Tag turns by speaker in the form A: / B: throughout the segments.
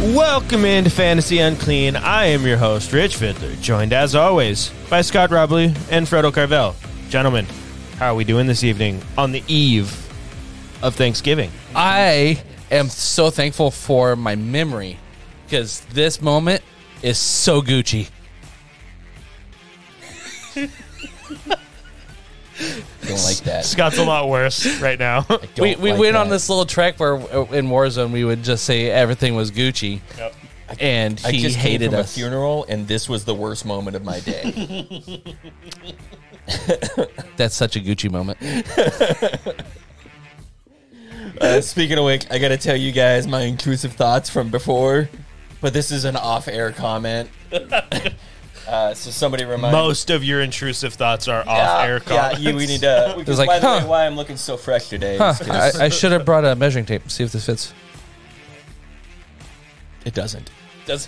A: Welcome into Fantasy Unclean. I am your host, Rich Fiddler, joined as always by Scott Robley and Fredo Carvel. Gentlemen, how are we doing this evening on the eve of Thanksgiving?
B: I am so thankful for my memory because this moment is so Gucci.
C: Don't like that.
A: Scott's a lot worse right now.
C: Don't
B: we we
C: like
B: went on
C: that.
B: this little trek where uh, in Warzone we would just say everything was Gucci, and
C: I
B: he
C: just came
B: hated
C: from
B: us.
C: a funeral, and this was the worst moment of my day.
B: That's such a Gucci moment.
C: uh, speaking of which, I gotta tell you guys my intrusive thoughts from before, but this is an off-air comment. uh, so somebody remind
A: Most of your intrusive thoughts are
C: Yeah,
A: off air.
C: Yeah,
A: comments.
C: you, we need to. We can,
B: like,
C: by the
B: huh.
C: way, why I'm looking so fresh today?
B: Huh,
C: is 'cause
B: I, I should have brought a measuring tape. See if this fits.
C: it doesn't.
B: Does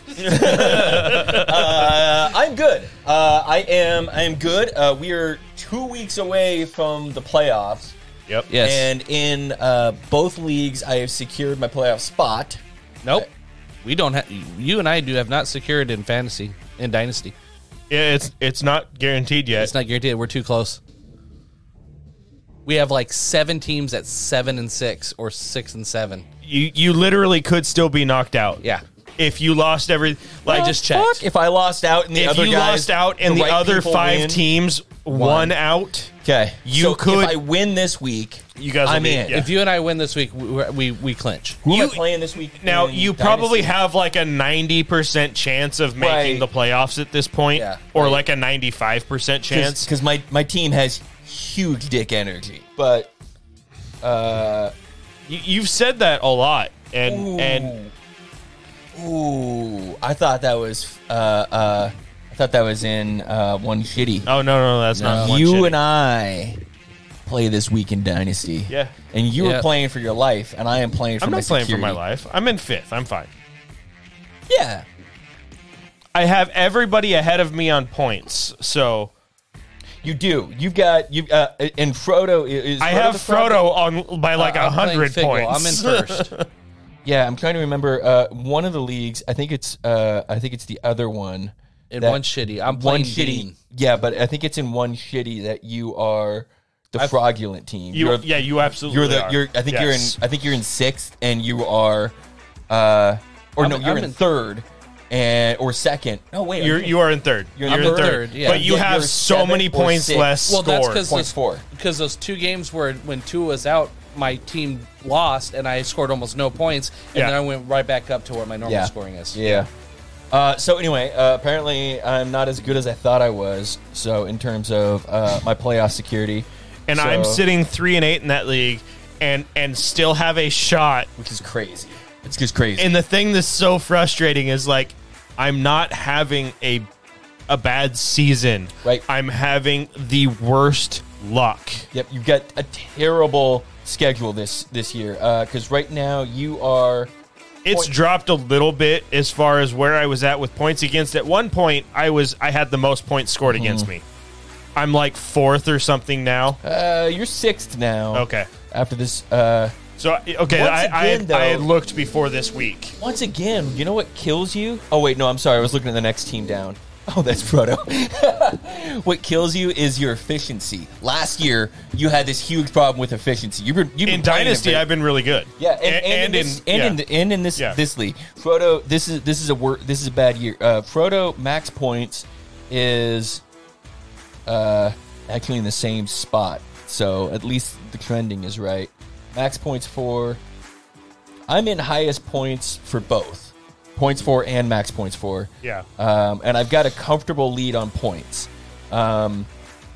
C: Uh, I'm good. Uh, I am. I am good. Uh, we are two weeks away from the playoffs.
A: Yep.
B: yes?
C: And in uh, both leagues, I have secured my playoff spot.
B: nope. We don't have. You and I do have not secured in fantasy in dynasty.
A: Yeah, it's it's not guaranteed yet.
B: It's not guaranteed. We're too close. We have like seven teams at seven and six or six and seven.
A: you you literally could still be knocked out.
B: Yeah.
A: If you lost every like
B: I just checked.
C: Fuck, if I lost out and the
A: if
C: other
A: you
C: guys,
A: lost out and the,
C: right
A: other
C: people
A: five
C: win,
A: teams
C: Won.
A: won out,
C: okay,
A: you
C: so
A: could-
C: If I win this week,
A: You guys will
C: I'm
A: be-
C: in.
A: yeah.
B: If you and I win this week, we we, we clinch.
C: Who am I
A: You-
C: playing this week?
A: now
C: in
A: you probably
C: Dynasty?
A: have like a 90% chance of making
C: Right.
A: the playoffs at this point
C: Yeah.
A: or like a 95% chance.
C: because my my team has huge dick energy, but
A: you, you've said that a lot and
C: ooh,
A: and
C: ooh, I thought that was uh uh, I thought that was in uh one shitty.
A: oh no no that's not one
C: Uh, you
A: shitty.
C: and I play this week in Dynasty.
A: Yeah.
C: and you
B: Yeah.
C: were playing for your life, and I am playing for
A: I'm
C: my
A: not playing for my
C: security.
A: life. I'm in 5th. I'm fine.
C: Yeah,
A: I have everybody ahead of me on points. So
C: You do. You've got you uh, and Frodo is. is
A: I have
C: the Uh, front?
A: Frodo on by like a
B: I'm playing
A: 100
B: Figgle.
A: points.
B: I'm in first.
C: Yeah, I'm trying to remember uh, one of the leagues. I think it's uh, I think it's the other one.
B: In
C: That-
B: one shitty. I'm
C: One
B: playing
C: shitty.
B: Dean.
C: Yeah, but I think it's in one shitty that you are the fraudulent team.
A: You,
C: are
A: yeah, you absolutely.
C: you're the
A: are.
C: you're. I think you're
A: Yes.
C: in. I think you're in sixth, and you are, uh, or no,
B: I'm-
C: you're
B: I'm
C: in,
B: in-
C: third, and or second. No wait,
A: You're
C: I'm-
A: you are in third. You're,
C: You're
A: in
B: I'm
A: third.
B: third, yeah.
A: But you
C: Yeah,
A: have
C: you're
A: so
C: seven
A: many
C: or
A: points
C: six.
A: less
B: Well, that's
A: scored.
B: because
C: Point four.
B: because those two games where when Tua was out, my team lost and I scored almost no points, and
A: Yeah.
B: then I went right back up to where my normal
C: yeah.
B: scoring is.
C: Yeah. Uh, so anyway, uh, apparently I'm not as good as I thought I was. So in terms of uh, my playoff security,
A: and
C: So-
A: I'm sitting three and eight in that league, and and still have a shot.
C: which is crazy. It's just crazy.
A: And the thing that's so frustrating is like, I'm not having a a bad season.
C: Right.
A: I'm having the worst luck.
C: yep, you've got a terrible schedule this this year because right now you are
A: It's
C: Point-
A: dropped a little bit as far as where I was at with points against. At one point, I was I had the most points scored
C: Hmm.
A: against me. I'm like fourth or something now.
C: uh, you're sixth now.
A: Okay.
C: After this, uh,
A: So okay,
C: Once
A: I, I,
C: again,
A: had, I had
C: though-
A: looked before this week.
C: once again, you know what kills you? Oh wait, no, I'm sorry. I was looking at the next team down. Oh, that's Frodo. what kills you is your efficiency. Last year, you had this huge problem with efficiency. You've been, you've been
A: In
C: playing
A: Dynasty,
C: effi-
A: I've been really good.
C: Yeah, and,
A: A-
C: and, in, this, and, in,
A: yeah.
C: the, and in this
A: Yeah.
C: this league, Frodo. This is this is a wor- this is a bad year. Uh, Frodo max points is uh, actually in the same spot, so at least the trending is right. Max points for I'm in highest points for both points for and max points for.
A: Yeah.
C: um, and I've got a comfortable lead on points. Um,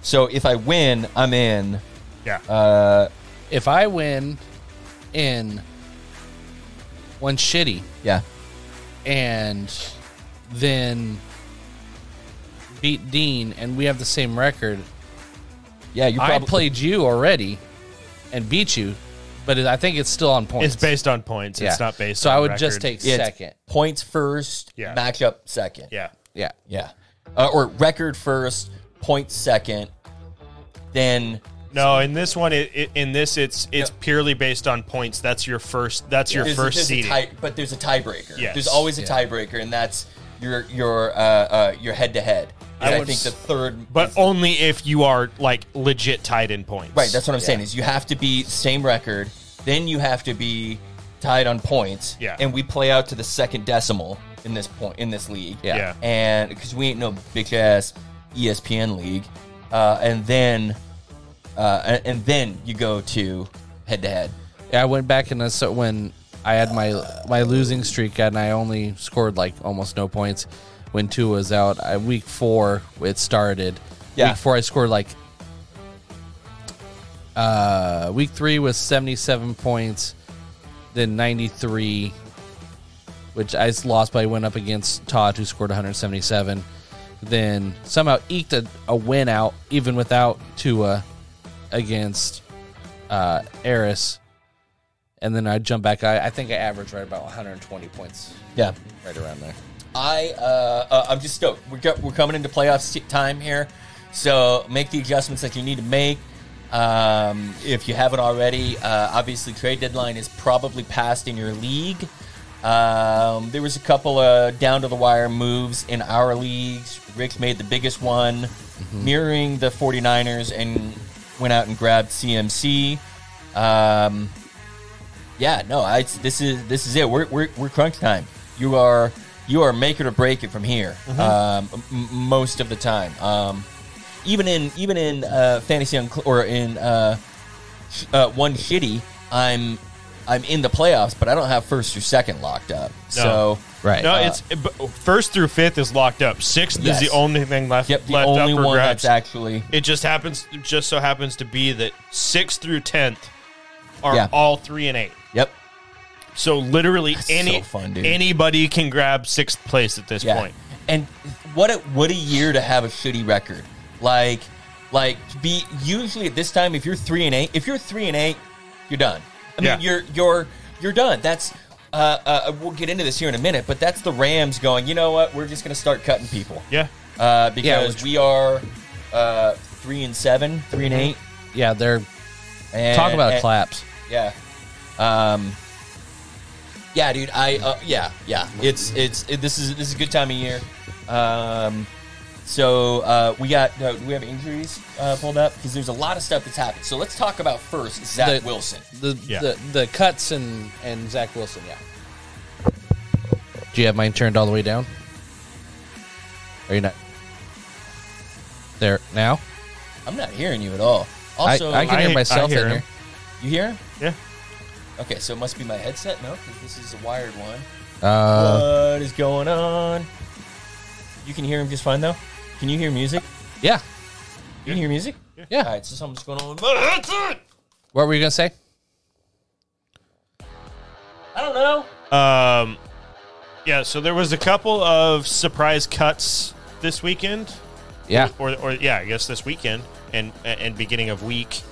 C: so if I win, I'm in.
A: yeah.
C: Uh,
B: If I win in one shitty
C: Yeah,
B: and then beat Dean and we have the same record,
C: yeah. You
B: I
C: probably
B: played you already and beat you, but it, I think it's still on points.
A: it's based on points. It's
B: Yeah.
A: not based.
B: So
A: on
B: I would
A: record.
B: just take
C: Yeah, it's
B: second.
C: Points first,
A: Yeah.
C: matchup second.
A: Yeah.
B: Yeah.
C: Yeah. Uh, or record first, point second, then
D: No, in this one, it, it, in this it's it's purely based on points. That's your first. That's your
C: There's-
D: first
C: there's a
D: seeding.
C: tie- but there's a tiebreaker.
D: Yes.
C: There's always a
B: Yeah.
C: tiebreaker, and that's your your uh, uh, your head to head.
D: I
C: I
D: would
C: think
D: s-
C: the third,
D: but
C: is-
D: only if you are like legit tied in points.
C: right. That's what I'm saying is you have to be same record, then you have to be tied on points.
D: Yeah.
C: and we play out to the second decimal in this point in this league.
D: Yeah.
C: and because we ain't no E big ass ESPN league, uh, and then uh, and, and then you go to head to head.
B: Yeah, I went back and I so when I had my my losing streak and I only scored like almost no points when two was out. I, week four it started.
C: Yeah.
B: Week four I scored like. Uh, week three was seventy seven points, then ninety three, which I lost by went up against Todd who scored one hundred seventy seven. Then somehow eked a, a win out even without Tua against uh, Eris, and then I jump back. I, I think I averaged right about 120 points,
C: Yeah,
B: right around there.
C: I uh, uh, I'm just stoked. We're go- we're coming into playoff se- time here, so make the adjustments that you need to make. Um, if you haven't already, uh, obviously trade deadline is probably passed in your league. Um, there was a couple of down to the wire moves in our leagues. Rick made the biggest one, mirroring the 49ers, and went out and grabbed CMC. Um, yeah, no, I, this is this is it. We're, we're, we're crunch time. You are you are make it or break it from here.
D: Mm-hmm.
C: Um, m- m- most of the time, um, even in even in uh, fantasy Uncl- or in uh, sh- uh, one shitty, I'm I'm in the playoffs, but I don't have first or second locked up. So uh,
B: Right.
D: No, it's but first through fifth is locked up. Sixth
C: Yes.
D: is the only thing left.
C: yep, the
D: left
C: only
D: up for
C: one
D: grabs.
C: that's actually
D: it just happens. it Just so happens to be that sixth through tenth are
C: Yeah.
D: all three and eight.
C: yep.
D: So literally any
C: so fun, dude.
D: anybody can grab sixth place at this
C: Yeah.
D: point.
C: And what a what a year to have a shitty record. Like like be usually at this time if you're three and eight if you're three and eight, you're done. I mean
D: Yeah.
C: you're you're you're done. That's uh, uh, we'll get into this here in a minute, but that's the Rams going. You know what? We're just going to start cutting people
D: Yeah.
C: uh, because
B: which-
C: we are uh, three and seven, three and eight.
B: yeah, they're eh,
C: And,
B: talk about
C: and-
B: claps.
C: yeah. Um. Yeah, dude. I. Uh, yeah. Yeah. It's. It's. It, this is. This is a good time of year. Um. So uh, we got. Uh, do we have injuries uh, pulled up? Because there's a lot of stuff that's happened. So let's talk about first Zach
B: The-
C: Wilson.
B: The,
D: Yeah.
B: the the cuts and and Zach Wilson. Yeah. Do you have mine turned all the way down? Are you not there now?
C: I'm not hearing you at all. Also,
B: I, I can
D: I-
B: hear myself
D: I hear
B: in
D: him.
B: here.
C: you hear? him?
D: Yeah.
C: Okay, so it must be my headset. No, because this is a wired one.
B: Uh,
C: what is going on? You can hear him just fine though. Can you hear music?
B: yeah,
C: You can hear music. All
B: yeah.
C: right, so something's going on. with
B: What were you gonna say?
C: I don't know.
D: Um, yeah. So there was a couple of surprise cuts this weekend.
B: Yeah,
D: Or, or yeah, I guess this weekend and and beginning of week.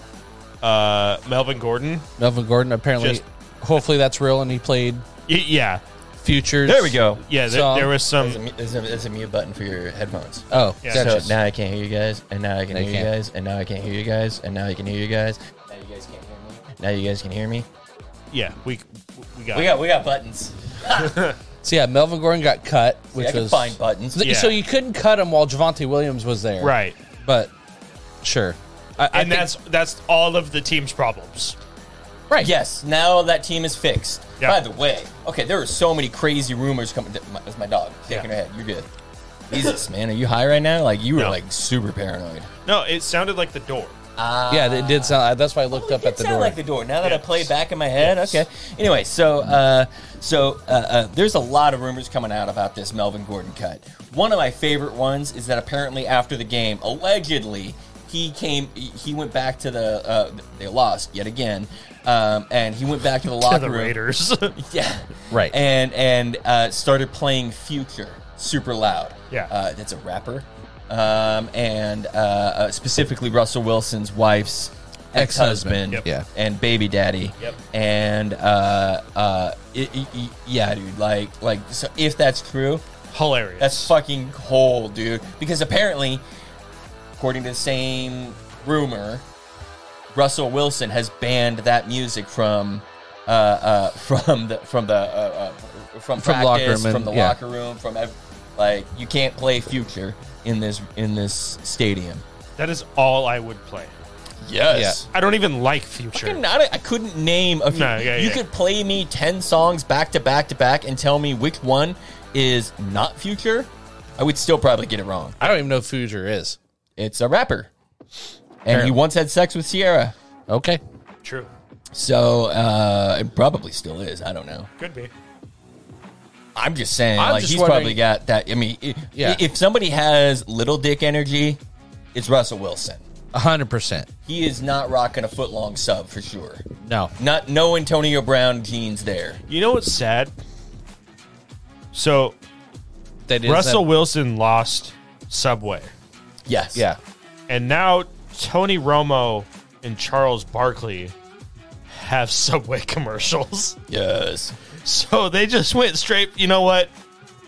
D: Uh, Melvin Gordon.
B: Melvin Gordon. Apparently,
D: Just-
B: hopefully that's real, and he played
D: Y- yeah.
B: futures.
C: There we go.
D: Yeah. There,
B: So-
D: there was
C: There's a,
D: some.
C: mu- there's, a, there's a mute button for your headphones.
B: Oh,
D: Yeah.
B: gotcha.
C: Um, Uh, So now I can't hear you guys, and now I can
B: They
C: hear you
B: can't.
C: guys, and now I can hear you guys, and now I can hear you guys. Now you guys can't hear me. Now you guys can hear me.
D: Yeah. We we got.
C: We got we got buttons.
B: So yeah, Melvin Gordon got cut,
C: Which
B: which
C: I can
B: was
C: find buttons.
B: So,
D: Yeah.
B: so you couldn't cut him while Javante Williams was there,
D: right.
B: But sure, I, I
D: And
B: think-
D: that's that's all of the team's problems.
B: right.
C: Yes, now that team is fixed.
D: Yeah.
C: By the way, okay, there are so many crazy rumors coming. that- my- That's my dog shaking her head. You're good. Jesus, man, are you high right now? Like you were
D: No.
C: like super paranoid.
D: No, it sounded like the door.
B: yeah, it did sound. uh, That's why I looked up
C: It
B: at the
C: Oh, sound
B: door.
C: like the door. Now that I
D: Yes.
C: play it back in my head, okay. Anyway, so uh, so uh, uh, there's a lot of rumors coming out about this Melvin Gordon cut. One of my favorite ones is that apparently after the game, allegedly he came, he went back to the uh, they lost yet again, um, and he went back to the locker
D: To the
C: room.
D: Raiders.
C: Yeah.
B: Right.
C: And and uh, started playing Future super loud.
D: Yeah.
C: Uh, that's a rapper. Um, and uh, uh, specifically Russell Wilson's wife's ex
B: Ex-husband.
C: husband.
B: Yep. Yeah.
C: And baby daddy.
D: Yep.
C: And uh, uh, it, it- it- yeah, dude. Like, like so if that's true,
D: Hilarious.
C: that's fucking cold, dude. Because apparently, according to the same rumor, Russell Wilson has banned that music from uh, uh, from the from the uh, uh, from
B: From
C: practice,
B: locker room and-
C: from the
B: yeah.
C: locker room, from ev- like you can't play Future in this in this stadium.
A: That is all I would play.
C: Yes.
A: I don't even like Future.
C: Fucking not a- I couldn't name a few.
A: No, yeah,
C: you
A: yeah.
C: could play me 10 songs back to back to back and tell me which one is not future. I would still probably get it wrong.
B: I don't even know who Future is.
C: It's a rapper. And he once had sex with Sierra.
B: Okay.
A: True.
C: So uh, it probably still is. I don't know.
A: Could be.
C: I'm just saying,
B: I'm
C: like
B: just
C: he's
B: wondering-
C: probably got that. I mean, i-
B: Yeah.
C: if somebody has little dick energy, it's Russell Wilson.
B: hundred percent.
C: He is not rocking a foot long sub for sure.
B: No.
C: Not no Antonio Brown jeans there.
A: You know what's sad? So
B: That is
A: Russell
B: that-
A: Wilson lost Subway,
C: Yes.
B: yeah.
A: and now Tony Romo and Charles Barkley have Subway commercials.
C: Yes.
A: So they just went straight. You know what?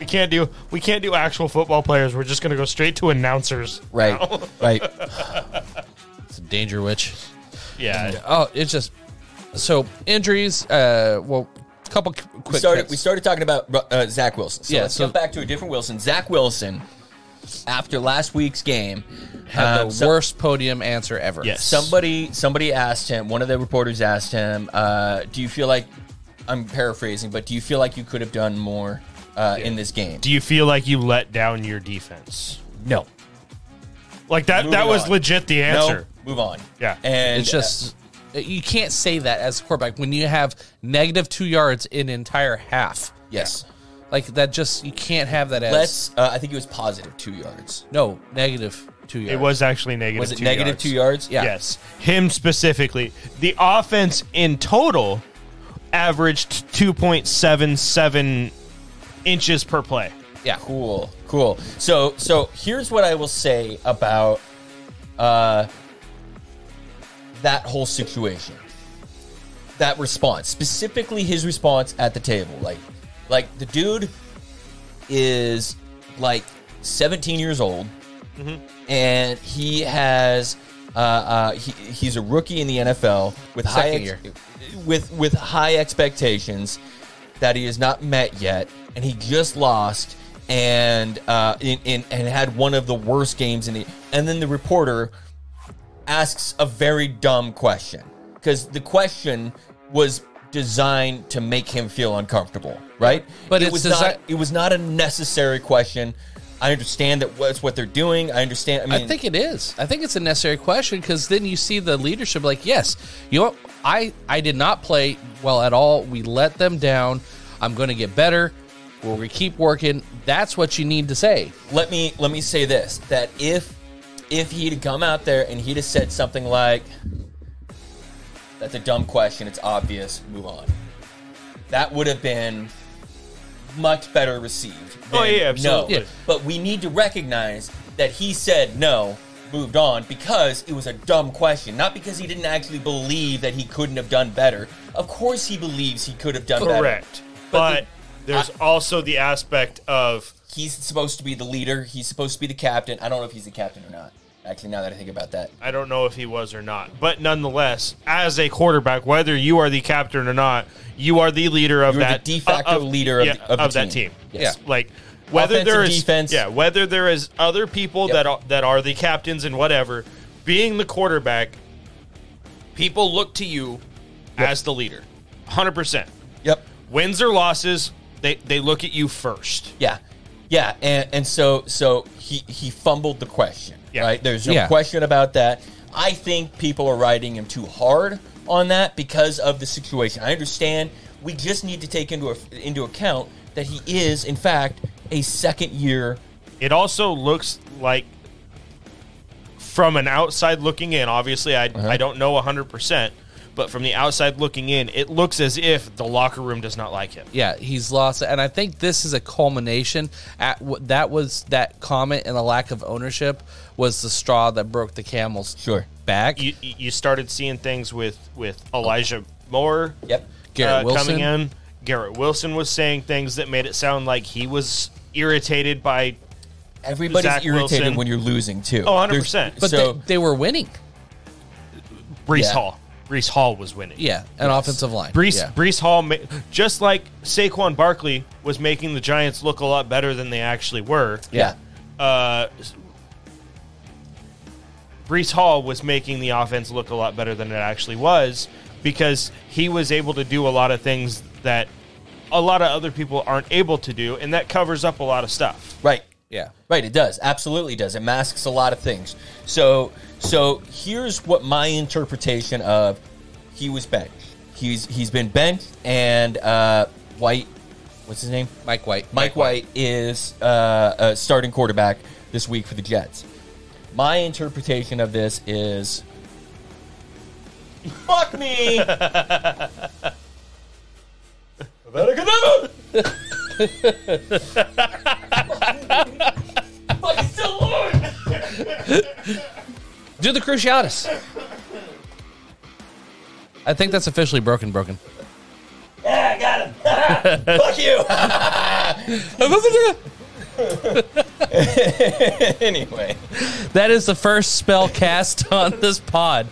A: We can't do we can't do actual football players. We're just gonna go straight to announcers.
C: Right. Right.
B: It's a danger witch.
A: Yeah.
B: Oh, it's just so injuries, uh well a couple qu- quick
C: we started,
B: cuts.
C: we started talking about uh, Zach Wilson. So
B: Yeah,
C: let's
B: so-
C: jump back to a different Wilson. Zach Wilson, after last week's game,
B: had
C: um,
B: the
C: so-
B: worst podium answer ever.
A: Yes.
C: Somebody, somebody asked him. One of the reporters asked him, uh, "Do you feel like I'm paraphrasing, but do you feel like you could have done more uh, in this game?"
A: Do you feel like you let down your defense?
C: no,
A: Like that. that
C: Moving
A: was
C: on.
A: legit the answer.
C: no, move on.
A: Yeah.
C: and uh,
B: It's just you can't say that as a quarterback when you have negative two yards in entire half.
C: uh, yes.
B: Like that just you can't have that as
C: Let's. Uh, I think it was positive two yards.
B: no negative two yards.
A: It was actually negative.
C: Was it
A: two
C: negative
A: yards.
C: two yards?
B: Yeah.
A: Yes, him specifically. The offense in total averaged 2.77 inches per play.
B: yeah.
C: Cool, cool. So, so here's what I will say about uh, that whole situation, that response, specifically his response at the table. Like, like the dude is like 17 years old,
B: Mm-hmm.
C: and he has uh, uh, he, he's a rookie in the NFL with high
B: Second year.
C: with with high expectations that he has not met yet, and he just lost and uh, in, in, and had one of the worst games in the. And then the reporter asks a very dumb question because the question was designed to make him feel uncomfortable, right?
B: But
C: it
B: it's
C: was
B: desi-
C: not. It was not a necessary question. I understand that that's what they're doing. I understand. I mean,
B: I think it is. I think it's a necessary question because then you see the leadership like, yes, you know, I I did not play well at all. We let them down. I'm going to get better. We're going to keep working. That's what you need to say.
C: let me let me say this that if if he'd have come out there and he'd have said something like that's a dumb question it's obvious move on that would have been much better received
A: Oh,
C: than
A: yeah, absolutely.
C: no.
B: Yeah.
C: but we need to recognize that he said no moved on because it was a dumb question not because he didn't actually believe that he couldn't have done better of course he believes he could have done better
A: Correct. But,
C: But
A: there's also the aspect of
C: he's supposed to be the leader. He's supposed to be the captain. I don't know if he's the captain or not. Actually, now that I think about that,
A: I don't know if he was or not, but nonetheless, as a quarterback, whether you are the captain or not, you are the leader of
C: You're the
A: that
C: de facto
A: of-
C: leader of the- of the
A: that team.
C: team. Yes.
A: Yeah, like whether
C: Offense
A: there
C: and
A: is
C: defense.
A: yeah, whether there is other people
C: Yep.
A: that are, that are the captains and whatever, being the quarterback, people look to you as the leader, hundred percent.
C: yep,
A: Wins or losses, they they look at you first.
C: yeah, yeah, and and so so he he fumbled the question.
A: Yeah.
C: Right, there's no
B: Yeah.
C: question about that. I think people are riding him too hard on that because of the situation. I understand. We just need to take into a, into account that he is, in fact, a second year.
A: It also looks like from an outside looking in, obviously I
B: Uh-huh.
A: I don't know 100%, but from the outside looking in, it looks as if the locker room does not like him.
B: Yeah, he's lost, and I think this is a culmination. At what that was that comment and the lack of ownership was the straw that broke the camel's
C: Sure.
B: back.
A: You you started seeing things with with Elijah Moore uh,
C: Yep.
B: Garrett Wilson.
A: coming in. Garrett Wilson was saying things that made it sound like he was irritated by
C: Everybody's
A: Zach
C: irritated
A: Wilson.
C: when you're losing too.
A: Oh, 100%.
B: but
C: There's- so
B: they, they were winning.
A: Brees
C: Yeah.
A: Hall. Brees Hall was winning.
B: Yeah, an offensive line.
A: Brees,
B: yeah.
A: Brees Hall, ma- just like Saquon Barkley was making the Giants look a lot better than they actually were.
B: yeah.
A: Uh, Brees Hall was making the offense look a lot better than it actually was because he was able to do a lot of things that a lot of other people aren't able to do, and that covers up a lot of stuff.
C: Right.
B: Yeah.
C: Right, it does. Absolutely does. It masks a lot of things. So so here's what my interpretation of he was benched. He's he's been benched and uh White what's his name?
B: Mike White.
C: Mike White is uh, a starting quarterback this week for the Jets. My interpretation of this is fuck me. Fucking so long.
B: Do the cruciatus. I think that's officially broken. Broken.
C: Yeah, I got him. fuck you. anyway,
B: That is the first spell cast on this pod.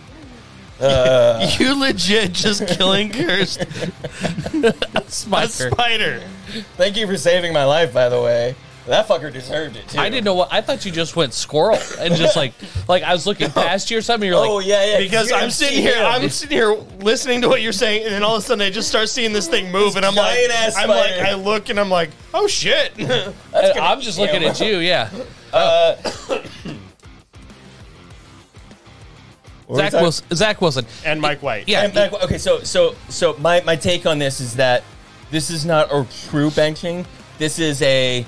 E: you legit just killing cursed
B: Spiker.
A: Spider.
C: thank you for saving my life. By the way, that fucker deserved it too.
B: I didn't know what I thought you just went squirrel and just like like I was looking past you or something. You're like,
C: Oh yeah, yeah.
E: because
C: you
E: I'm
C: didn't
E: sitting
C: see
E: here,
C: him.
E: I'm sitting here listening to what you're saying, and then all of a sudden I just start seeing this thing move, and I'm like,
C: giant-ass
E: I'm like,
C: spider.
E: I look and I'm like, oh shit,
C: Uh,
B: and Uh, I'm just looking
C: Yeah.
B: at you. Yeah,
C: What were we
B: Zach
C: talking-
B: Wilson. Zach Wilson.
A: and Mike White.
B: Yeah,
C: And back- okay, so so so my my take on this is that this is not a true benching. This is a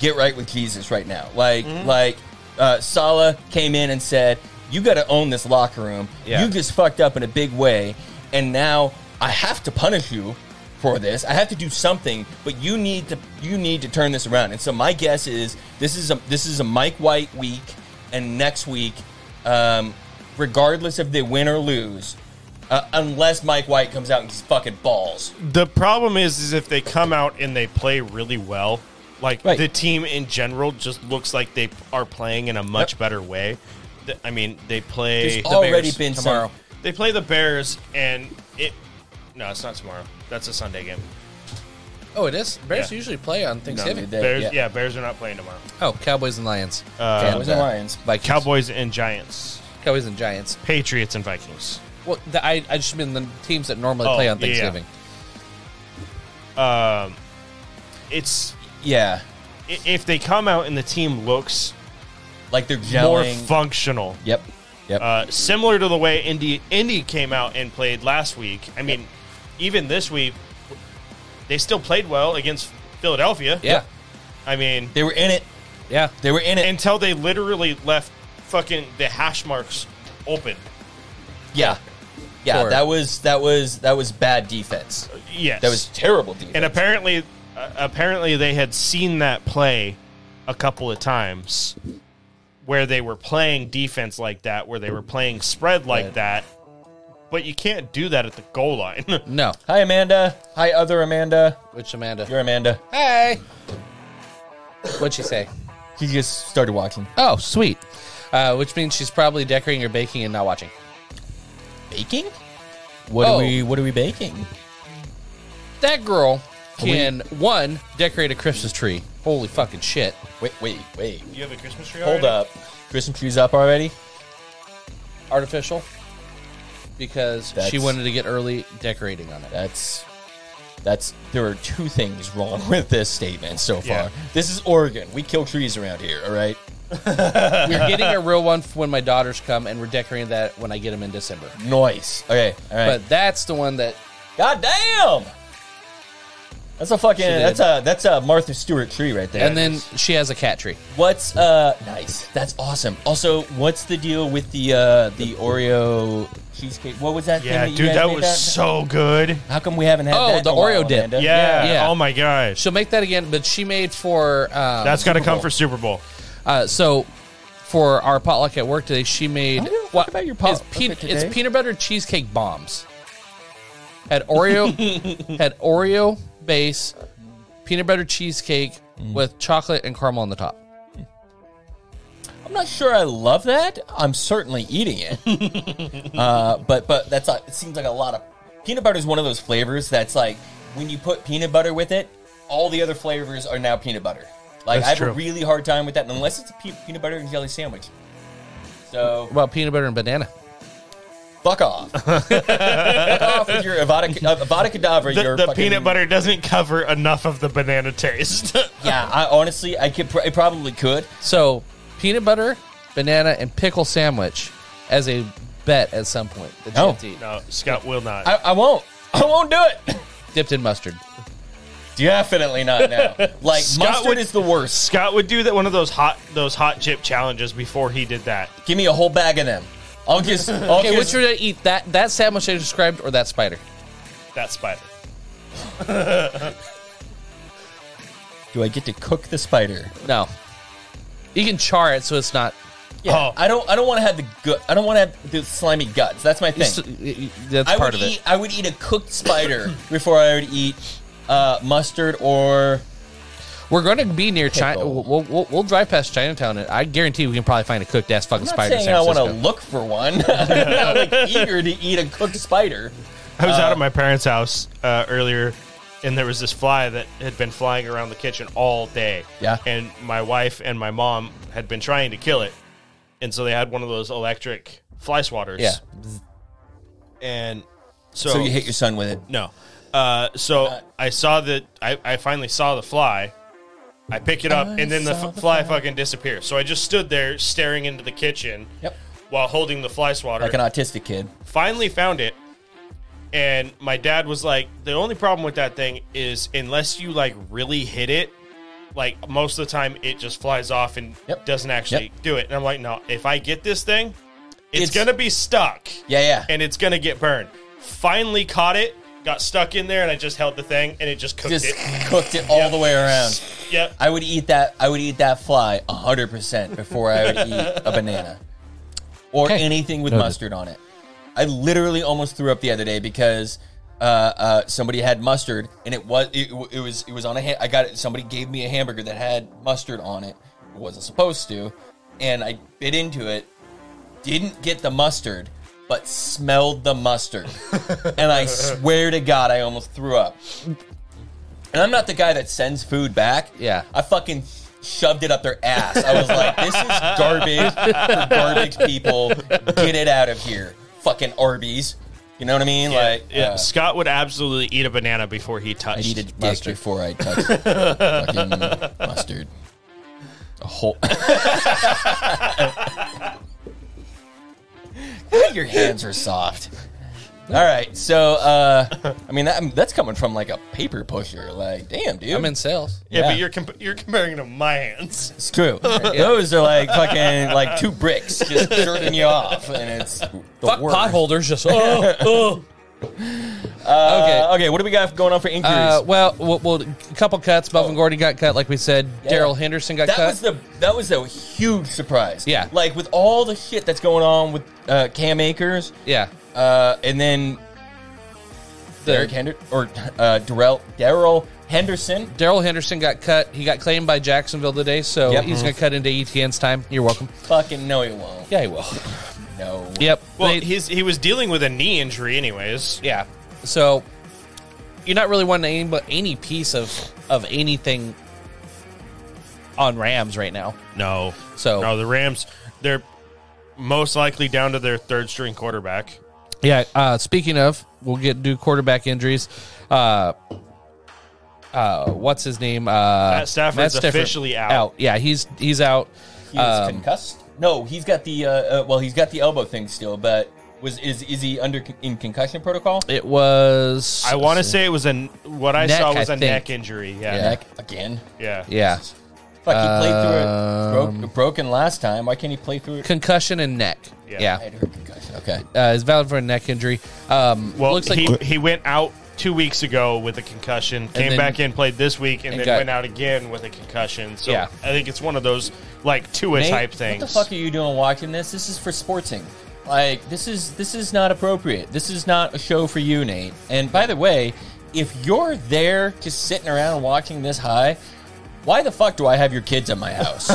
C: get right with Jesus right now. Like like uh, Sala came in and said, "You got to own this locker room.
B: Yeah.
C: You just fucked up in a big way, and now I have to punish you." For this, I have to do something, but you need to you need to turn this around. And so my guess is this is a this is a Mike White week, and next week, um, regardless if they win or lose, uh, unless Mike White comes out and just fucking balls.
A: The problem is, is if they come out and they play really well, like
C: Right.
A: the team in general just looks like they are playing in a much
C: Yep.
A: better way. Th- I mean, they play
C: There's already
B: Bears
C: been
B: tomorrow.
C: some.
A: they play the Bears, and it. No, it's not tomorrow. That's a Sunday game.
B: Oh, it is. Bears
A: Yeah.
B: usually play on Thanksgiving.
C: They-
A: Bears,
C: yeah.
A: yeah. Bears are not playing tomorrow.
B: oh, Cowboys and Lions.
C: Cowboys and
B: uh,
C: Lions.
B: Vikings.
A: Cowboys and Giants,
B: Cowboys and Giants.
A: Patriots and Vikings.
B: Well, the, I I just mean the teams that normally
A: Oh,
B: play on
A: yeah, yeah.
B: Thanksgiving.
A: It's
C: Yeah,
A: i- if they come out and the team looks
C: like they're
A: more
C: gelling.
A: functional.
C: Yep, yep.
A: Uh, similar to the way Indy Indy came out and played last week. I mean, even this week, they still played well against Philadelphia.
B: Yeah,
A: I mean,
C: they were in it.
B: yeah.
C: They were in it.
A: until they literally left fucking the hash marks open.
C: yeah, yeah.
B: Sure.
C: That was that was that was bad defense.
A: Yes,
C: That was terrible defense.
A: and apparently, uh, apparently they had seen that play a couple of times where they were playing defense like that, where they were playing spread like
C: Right.
A: that. But you can't do that at the goal line.
B: No,
C: Hi Amanda. Hi other Amanda.
B: which Amanda?
C: You're Amanda.
B: hey, what'd she say?
C: She just started watching
B: Oh, sweet. Uh, which means she's probably decorating or baking and not watching.
C: baking. What
B: Oh.
C: are we? What are we baking?
B: That girl can one decorate a Christmas tree. Holy fucking shit!
C: Wait, wait, wait.
A: you have a Christmas tree.
C: Hold up. Christmas tree's up already.
B: Artificial, because she
C: That's-
B: wanted to get early decorating on it.
C: That's that's there are two things wrong with this statement so far.
A: Yeah.
C: This is Oregon. We kill trees around here, all right?
B: We're getting a real one for when my daughters come, and we're decorating that when I get them in December.
C: Noise. Okay, all right.
B: But that's the one that
C: God damn. That's a fucking
B: She did.
C: that's a that's a Martha Stewart tree right there.
B: and then she has a cat tree.
C: what's uh nice. That's awesome. Also, what's the deal with the uh the Oreo cheesecake? What was that
A: Yeah,
C: thing that you
A: dude,
C: guys
A: that
C: made
A: was so good.
C: How come we haven't had
B: Oh,
C: that? in
B: the
C: a while,
B: Oreo dip.
C: Amanda?
A: Yeah.
B: Yeah.
A: Oh my gosh.
B: She'll make that again, but she made for um,
A: That's got to
C: Super
A: come
C: Bowl.
A: for Super Bowl.
B: uh, so for our potluck at work today. She made
C: I don't
B: what-
C: talk Oh, about your potluck
B: it's, pe-
C: at today.
B: it's peanut butter cheesecake bombs. Had Oreo had Oreo base
C: Mm.
B: peanut butter cheesecake with chocolate and caramel on the top.
C: I'm I'm not sure I love that. I'm certainly eating it. uh, but but that's a, it seems like a lot of peanut butter is one of those flavors that's like when you put peanut butter with it, all the other flavors are now peanut butter. Like
F: That's
C: I have
F: true.
C: a really hard time with that unless it's a pe- peanut butter and jelly sandwich. So
B: What about peanut butter and banana?
C: fuck off. fuck off with your Avada, uh, Avada Kedavra.
A: The,
C: your
A: the
C: fucking-
A: peanut butter doesn't cover enough of the banana taste.
C: Yeah, I honestly I could pr- I probably could.
B: So peanut butter, banana, and pickle sandwich as a bet at some point. That you
C: No.
B: have to eat.
A: no, Scott will not.
C: I, I won't. I won't do it.
B: Dipped in mustard.
C: Definitely not now. Like
A: Scott
C: mustard
A: would-
C: is the worst.
A: Scott would do that one of those hot those hot chip challenges before he did that.
C: Give me a whole bag of them. I'll just. I'll
B: Okay, which
C: just
B: would I eat? That that sandwich I described or that spider?
A: That spider.
C: do I get to cook the spider?
B: No. You can char it so it's not.
C: Yeah,
A: Oh.
C: I don't. I don't want to have the gut. I don't want to have the slimy guts. That's my thing.
B: it's- that's
C: I
B: part
C: would
B: of
C: eat.
B: it.
C: I would eat a cooked spider before I would eat uh, mustard or.
B: We're going to be near China.
C: Pickle.
B: We'll, we'll, we'll drive past Chinatown, and I guarantee we can probably find a cooked ass fucking
C: I'm not
B: spider. in
C: saying
B: San
C: I want to
B: Francisco.
C: look for one. I'm not like, eager to eat a cooked spider.
A: I was out at my parents' house uh, earlier, and there was this fly that had been flying around the kitchen all day.
C: Yeah.
A: And my wife and my mom had been trying to kill it, and so they had one of those electric fly swatters.
C: Yeah.
A: And so,
C: So, you hit your son with it.
A: No. Uh, so I saw the. I, I finally saw the fly. I pick it up, and then the,
C: saw
A: f- fly fucking disappears. So I just stood there staring into the kitchen
C: Yep.
A: while holding the fly swatter.
C: Like an autistic kid.
A: Finally found it, and my dad was like, "The only problem with that thing is unless you like really hit it." Like most of the time, it just flies off and
C: Yep.
A: doesn't actually do it. And I'm like, no, if I get this thing, it's,
C: It's-
A: gonna be stuck
C: Yeah, yeah.
A: and it's gonna get burned. Finally caught it, got stuck in there, and I just held the thing, and it just cooked
C: just
A: it.
C: cooked it all the way around.
A: Yep.
C: I would eat that. I would eat that fly hundred percent before I would eat a banana or
B: Okay.
C: anything with
B: Noted.
C: mustard on it. I literally almost threw up the other day because uh, uh, somebody had mustard and it was it, it was it was on a ha- I got it. Somebody gave me a hamburger that had mustard on it. It wasn't supposed to, and I bit into it. Didn't get the mustard, but smelled the mustard, and I swear to God, I almost threw up. And I'm not the guy that sends food back.
B: Yeah.
C: I fucking shoved it up their ass. I was like, this is garbage for garbage people. Get it out of here. Fucking Arby's. You know what I mean? like,
A: yeah,
C: uh,
A: Scott would absolutely eat a banana before he
C: I
A: touched.
C: needed dick
B: Mustard.
C: before I touched fucking mustard. A whole. Your hands are soft. All right, so uh, I mean that, that's coming from like a paper pusher. Like, damn, dude.
B: I'm in sales.
A: yeah,
C: yeah.
A: but you're comp- you're comparing it to my hands.
C: It's true. Those are like fucking like two bricks just jerking you off, and it's the
B: Fuck
C: worst.
B: potholders. Just oh, oh.
C: Uh,
B: okay.
C: okay, what do we got going on for injuries?
B: Uh, well, well, well, a couple cuts. Melvin Gordon got cut, like we said.
C: Oh. Yeah.
B: Daryl Henderson got
C: that
B: cut.
C: was the that was a huge surprise.
B: Yeah.
C: like with all the shit that's going on with uh, Cam Akers,
B: yeah,
C: uh, and then
B: The-
C: Derek Hender or uh, Darrell Daryl Henderson.
B: Daryl Henderson got cut. He got claimed by Jacksonville today, so
C: Yep.
B: he's going to cut into ETN's time. You're welcome.
C: Fucking no, he won't.
B: Yeah, he will.
C: No.
B: Yep.
A: Well,
B: They-
A: he's he was dealing with a knee injury, anyways.
B: yeah. So you're not really wanting any, but any piece of of anything on Rams right now.
A: No,
B: So-
A: no, the Rams they're most likely down to their third string quarterback.
B: Yeah. Uh, speaking of, we'll get do quarterback injuries. Uh, uh, what's his name? Uh, Matt
A: Stafford's officially out.
B: Yeah, he's he's out.
C: He was
B: Um,
C: concussed. No, he's got the uh, uh, well, he's got the elbow thing still, but. Was, is is he under con- in concussion protocol?
B: It was
A: I want to say it was a what I
B: Neck,
A: saw was a
B: I think.
A: neck injury. Yeah,
B: Yeah.
C: Back again.
A: yeah,
B: yeah
C: Fuck, he played through it.
B: Um,
C: Broke, broken last time. Why can't he play through it?
B: concussion and neck.
A: Yeah.
B: yeah.
C: I had heard concussion. Okay.
B: uh, is valid for a neck injury. Um,
A: Well,
B: looks like
A: he he went out two weeks ago with a concussion, came
B: then-
A: back in, played this week, and,
B: and
A: then
B: got-
A: went out again with a concussion. So
B: Yeah.
A: I think it's one of those like Tua
C: Nate,
A: type
C: What
A: things.
C: the fuck are you doing watching this? This is for sporting. Like this is this is not appropriate. This is not a show for you, Nate. And by the way, if you're there just sitting around watching this high, why the fuck do I have your kids at my house?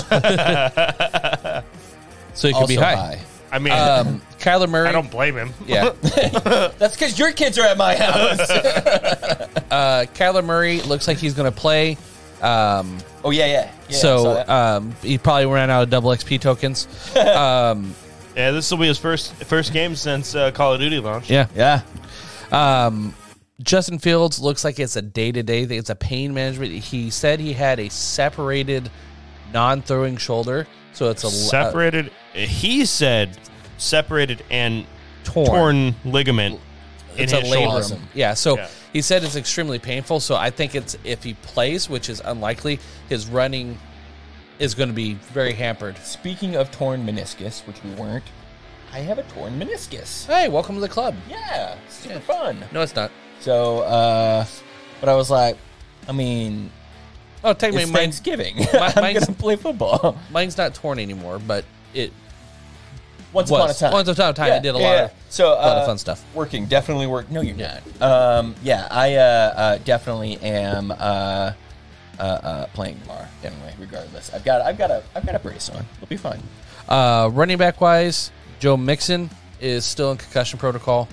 B: so he could
C: also
B: be high.
C: high.
A: I mean,
B: Um, Kyler Murray.
A: I don't blame him.
B: yeah.
C: That's because your kids are at my house.
B: Uh, Kyler Murray looks like he's going to play. Um,
C: oh yeah, yeah. yeah uh, I saw
B: so
C: that.
B: um, he probably ran out of double XP tokens.
A: Yeah, this will be his first first game since uh, Call of Duty launch.
B: Yeah.
C: yeah,
B: Um, Justin Fields looks like it's a day to day thing. It's a pain management. He said he had a separated, non throwing shoulder. So it's a uh,
A: Separated. he said separated and
B: torn.
A: torn ligament in
B: It's a
A: his
B: labrum.
A: shoulder.
C: Awesome.
B: Yeah. So
A: Yeah.
B: he said it's extremely painful. So I think it's if he plays, which is unlikely, his running is going to be very hampered.
C: Speaking of torn meniscus, which we weren't, I have a torn meniscus.
B: Hey, welcome to the club.
C: Yeah, super fun.
B: No, it's not.
C: So, uh, but I was like, I mean,
B: Oh, technically,
C: it's
B: mine,
C: Thanksgiving.
B: my-
C: I'm
B: mine's-
C: gonna play football.
B: mine's not torn anymore, but it
C: Once upon a
B: was.
C: time.
B: Once upon a time,
C: Yeah,
B: it did a
C: yeah,
B: lot
C: yeah.
B: of
C: so
B: lot of
C: uh,
B: fun stuff.
C: Working, definitely work. No, you're not. Um, yeah, I uh, uh, definitely am uh, uh, uh, playing Mar anyway. Regardless, I've got, I've got a, I've got a brace on. It'll be fine.
B: Uh, running back wise, Joe Mixon is still in concussion protocol.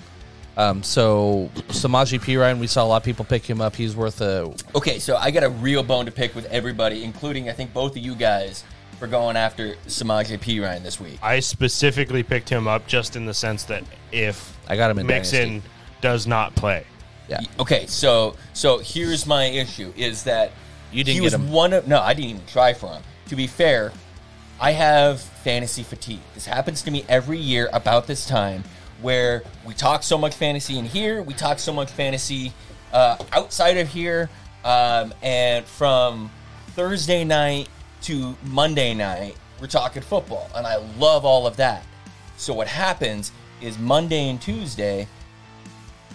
B: Um, so Samaji P Ryan, we saw a lot of people pick him up. He's worth a
C: Okay, so I got a real bone to pick with everybody, including I think both of you guys for going after Samaje P Ryan this week.
A: I specifically picked him up just in the sense that if
B: I got him in
A: Mixon does not play,
B: yeah.
C: Okay, so so here's my issue is that
B: You didn't
C: he
B: get
C: was
B: him.
C: one of no, I didn't even try for him. To be fair, I have fantasy fatigue. This happens to me every year about this time where we talk so much fantasy in here, we talk so much fantasy uh, outside of here, um, and from Thursday night to Monday night, we're talking football, and I love all of that. So what happens is Monday and Tuesday,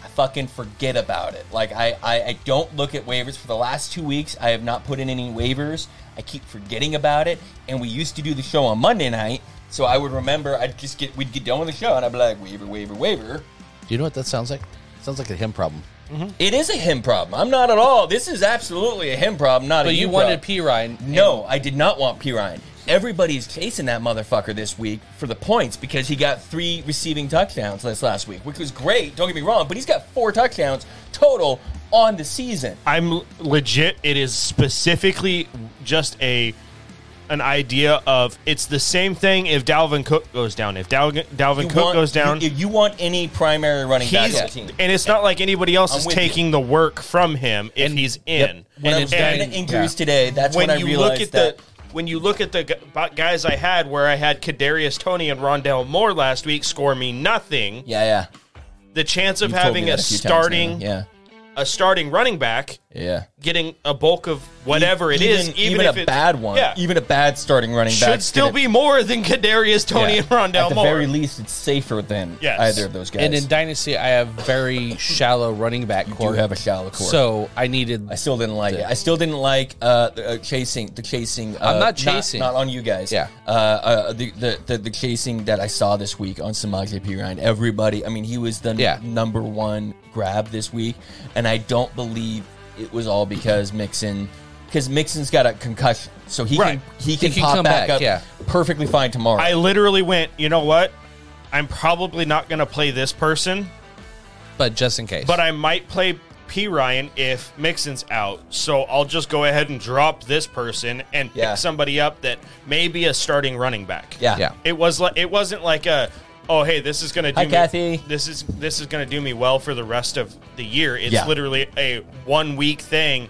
C: I fucking forget about it. Like I, I, I don't look at waivers for the last two weeks. I have not put in any waivers. I keep forgetting about it. And we used to do the show on Monday night, so I would remember. I'd just get we'd get done with the show, and I'd be like waiver, waiver, waiver.
B: Do you know what that sounds like? Sounds like a him problem.
C: It is a him problem. I'm not at all. This is absolutely a him problem, not a
B: But
C: you
B: you wanted
C: problem.
B: P Ryan.
C: No, I did not want P Ryan. Everybody's chasing that motherfucker this week for the points because he got three receiving touchdowns this last week, which was great. Don't get me wrong, but he's got four touchdowns total on the season.
A: I'm l- legit. It is specifically just a an idea of it's the same thing if Dalvin Cook goes down. If Dalvin, Dalvin
C: You
A: Cook
C: want-
A: goes down,
C: you- If you want any primary running back
A: he's
C: on the team,
A: and it's not like anybody else
C: I'm
A: is
C: with you.
A: taking the work from him if he's in.
C: when I
B: and it's
C: was looking
B: done-
C: at injuries
B: yeah.
C: today, that's when,
A: when
C: I
A: you
C: realized
A: look at
C: that.
A: the when you look at the gu- bu- guys I had, where I had Kadarius Tony and Rondell Moore last week, score me nothing.
C: yeah, yeah.
A: The chance of
C: You've told
A: having
C: me
A: a
C: that few times
A: starting
C: now. Yeah,
A: a starting running back
C: yeah.
A: getting a bulk of whatever it is, even, if
C: E a
A: it-
C: bad one,
A: yeah,
C: even a bad starting running back,
A: should still be more than Kadarius Tony and Rondell
C: At the
A: Moore.
C: very least, it's safer than
A: Yes.
C: either of those guys.
B: And in Dynasty, I have very shallow running back
C: you
B: core.
C: have a shallow core.
B: So I needed.
C: I still didn't like it. I still didn't like uh, the, uh chasing the chasing. Uh,
B: not chasing.
C: Not, on you guys.
B: Yeah.
C: Uh, uh the, the the the chasing that I saw this week on Samaje Perine. Everybody. I mean, he was the n-
B: Yeah.
C: number one grab this week, and I don't believe it was all because Mixon. Because Mixon's got a concussion, so he
A: Right.
C: can he can,
B: can
C: pop
B: come
C: back,
B: back,
C: up
B: yeah.
C: perfectly fine tomorrow.
A: I literally went, you know what? I'm probably not going to play this person,
B: but just in case.
A: but I might play P Ryan if Mixon's out. So I'll just go ahead and drop this person and
C: Yeah.
A: pick somebody up that may be a starting running back.
C: yeah.
B: yeah.
A: It was like it wasn't like a oh hey this is gonna do
C: Hi,
A: me,
C: Kathy.
A: this is this is gonna do me well for the rest of the year. It's
C: Yeah.
A: literally a one week thing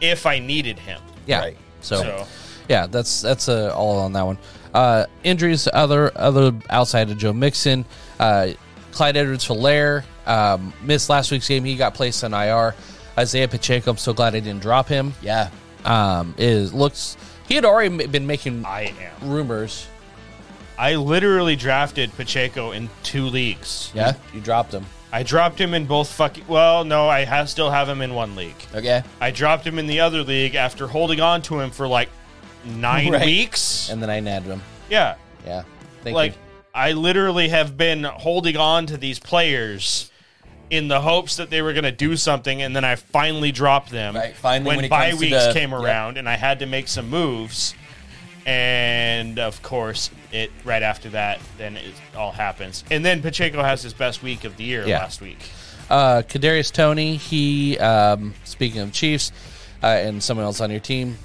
A: if I needed him.
B: Yeah.
C: Right.
B: So,
A: So-
B: yeah, that's that's uh, all on that one. Uh, injuries to other other outside of Joe Mixon, uh, Clyde edwards hilaire um, missed last week's game. He got placed on IR. Isaiah Pacheco, I'm so glad I didn't drop him.
C: Yeah.
B: Um, is looks he had already ma- been making
A: I am.
B: rumors.
A: I literally drafted Pacheco in two leagues.
C: Yeah.
B: You dropped him.
A: I dropped him in both fucking. Well, no, I ha still have him in one league.
C: Okay.
A: I dropped him in the other league after holding on to him for like nine
C: Right.
A: weeks.
B: And then I nabbed him.
A: yeah,
B: Yeah. Thank
A: like
B: you.
A: I literally have been holding on to these players in the hopes that they were going to do something, and then I finally dropped them.
C: Right, finally
A: when,
C: when it
A: bye
C: comes to
A: weeks
C: the-
A: came
C: yeah.
A: around, and I had to make some moves. And of course, it right after that, then it all happens. And then Pacheco has his best week of the year
B: Yeah.
A: last week.
B: Uh, Kadarius Tony, he um, speaking of Chiefs uh, and someone else on your team,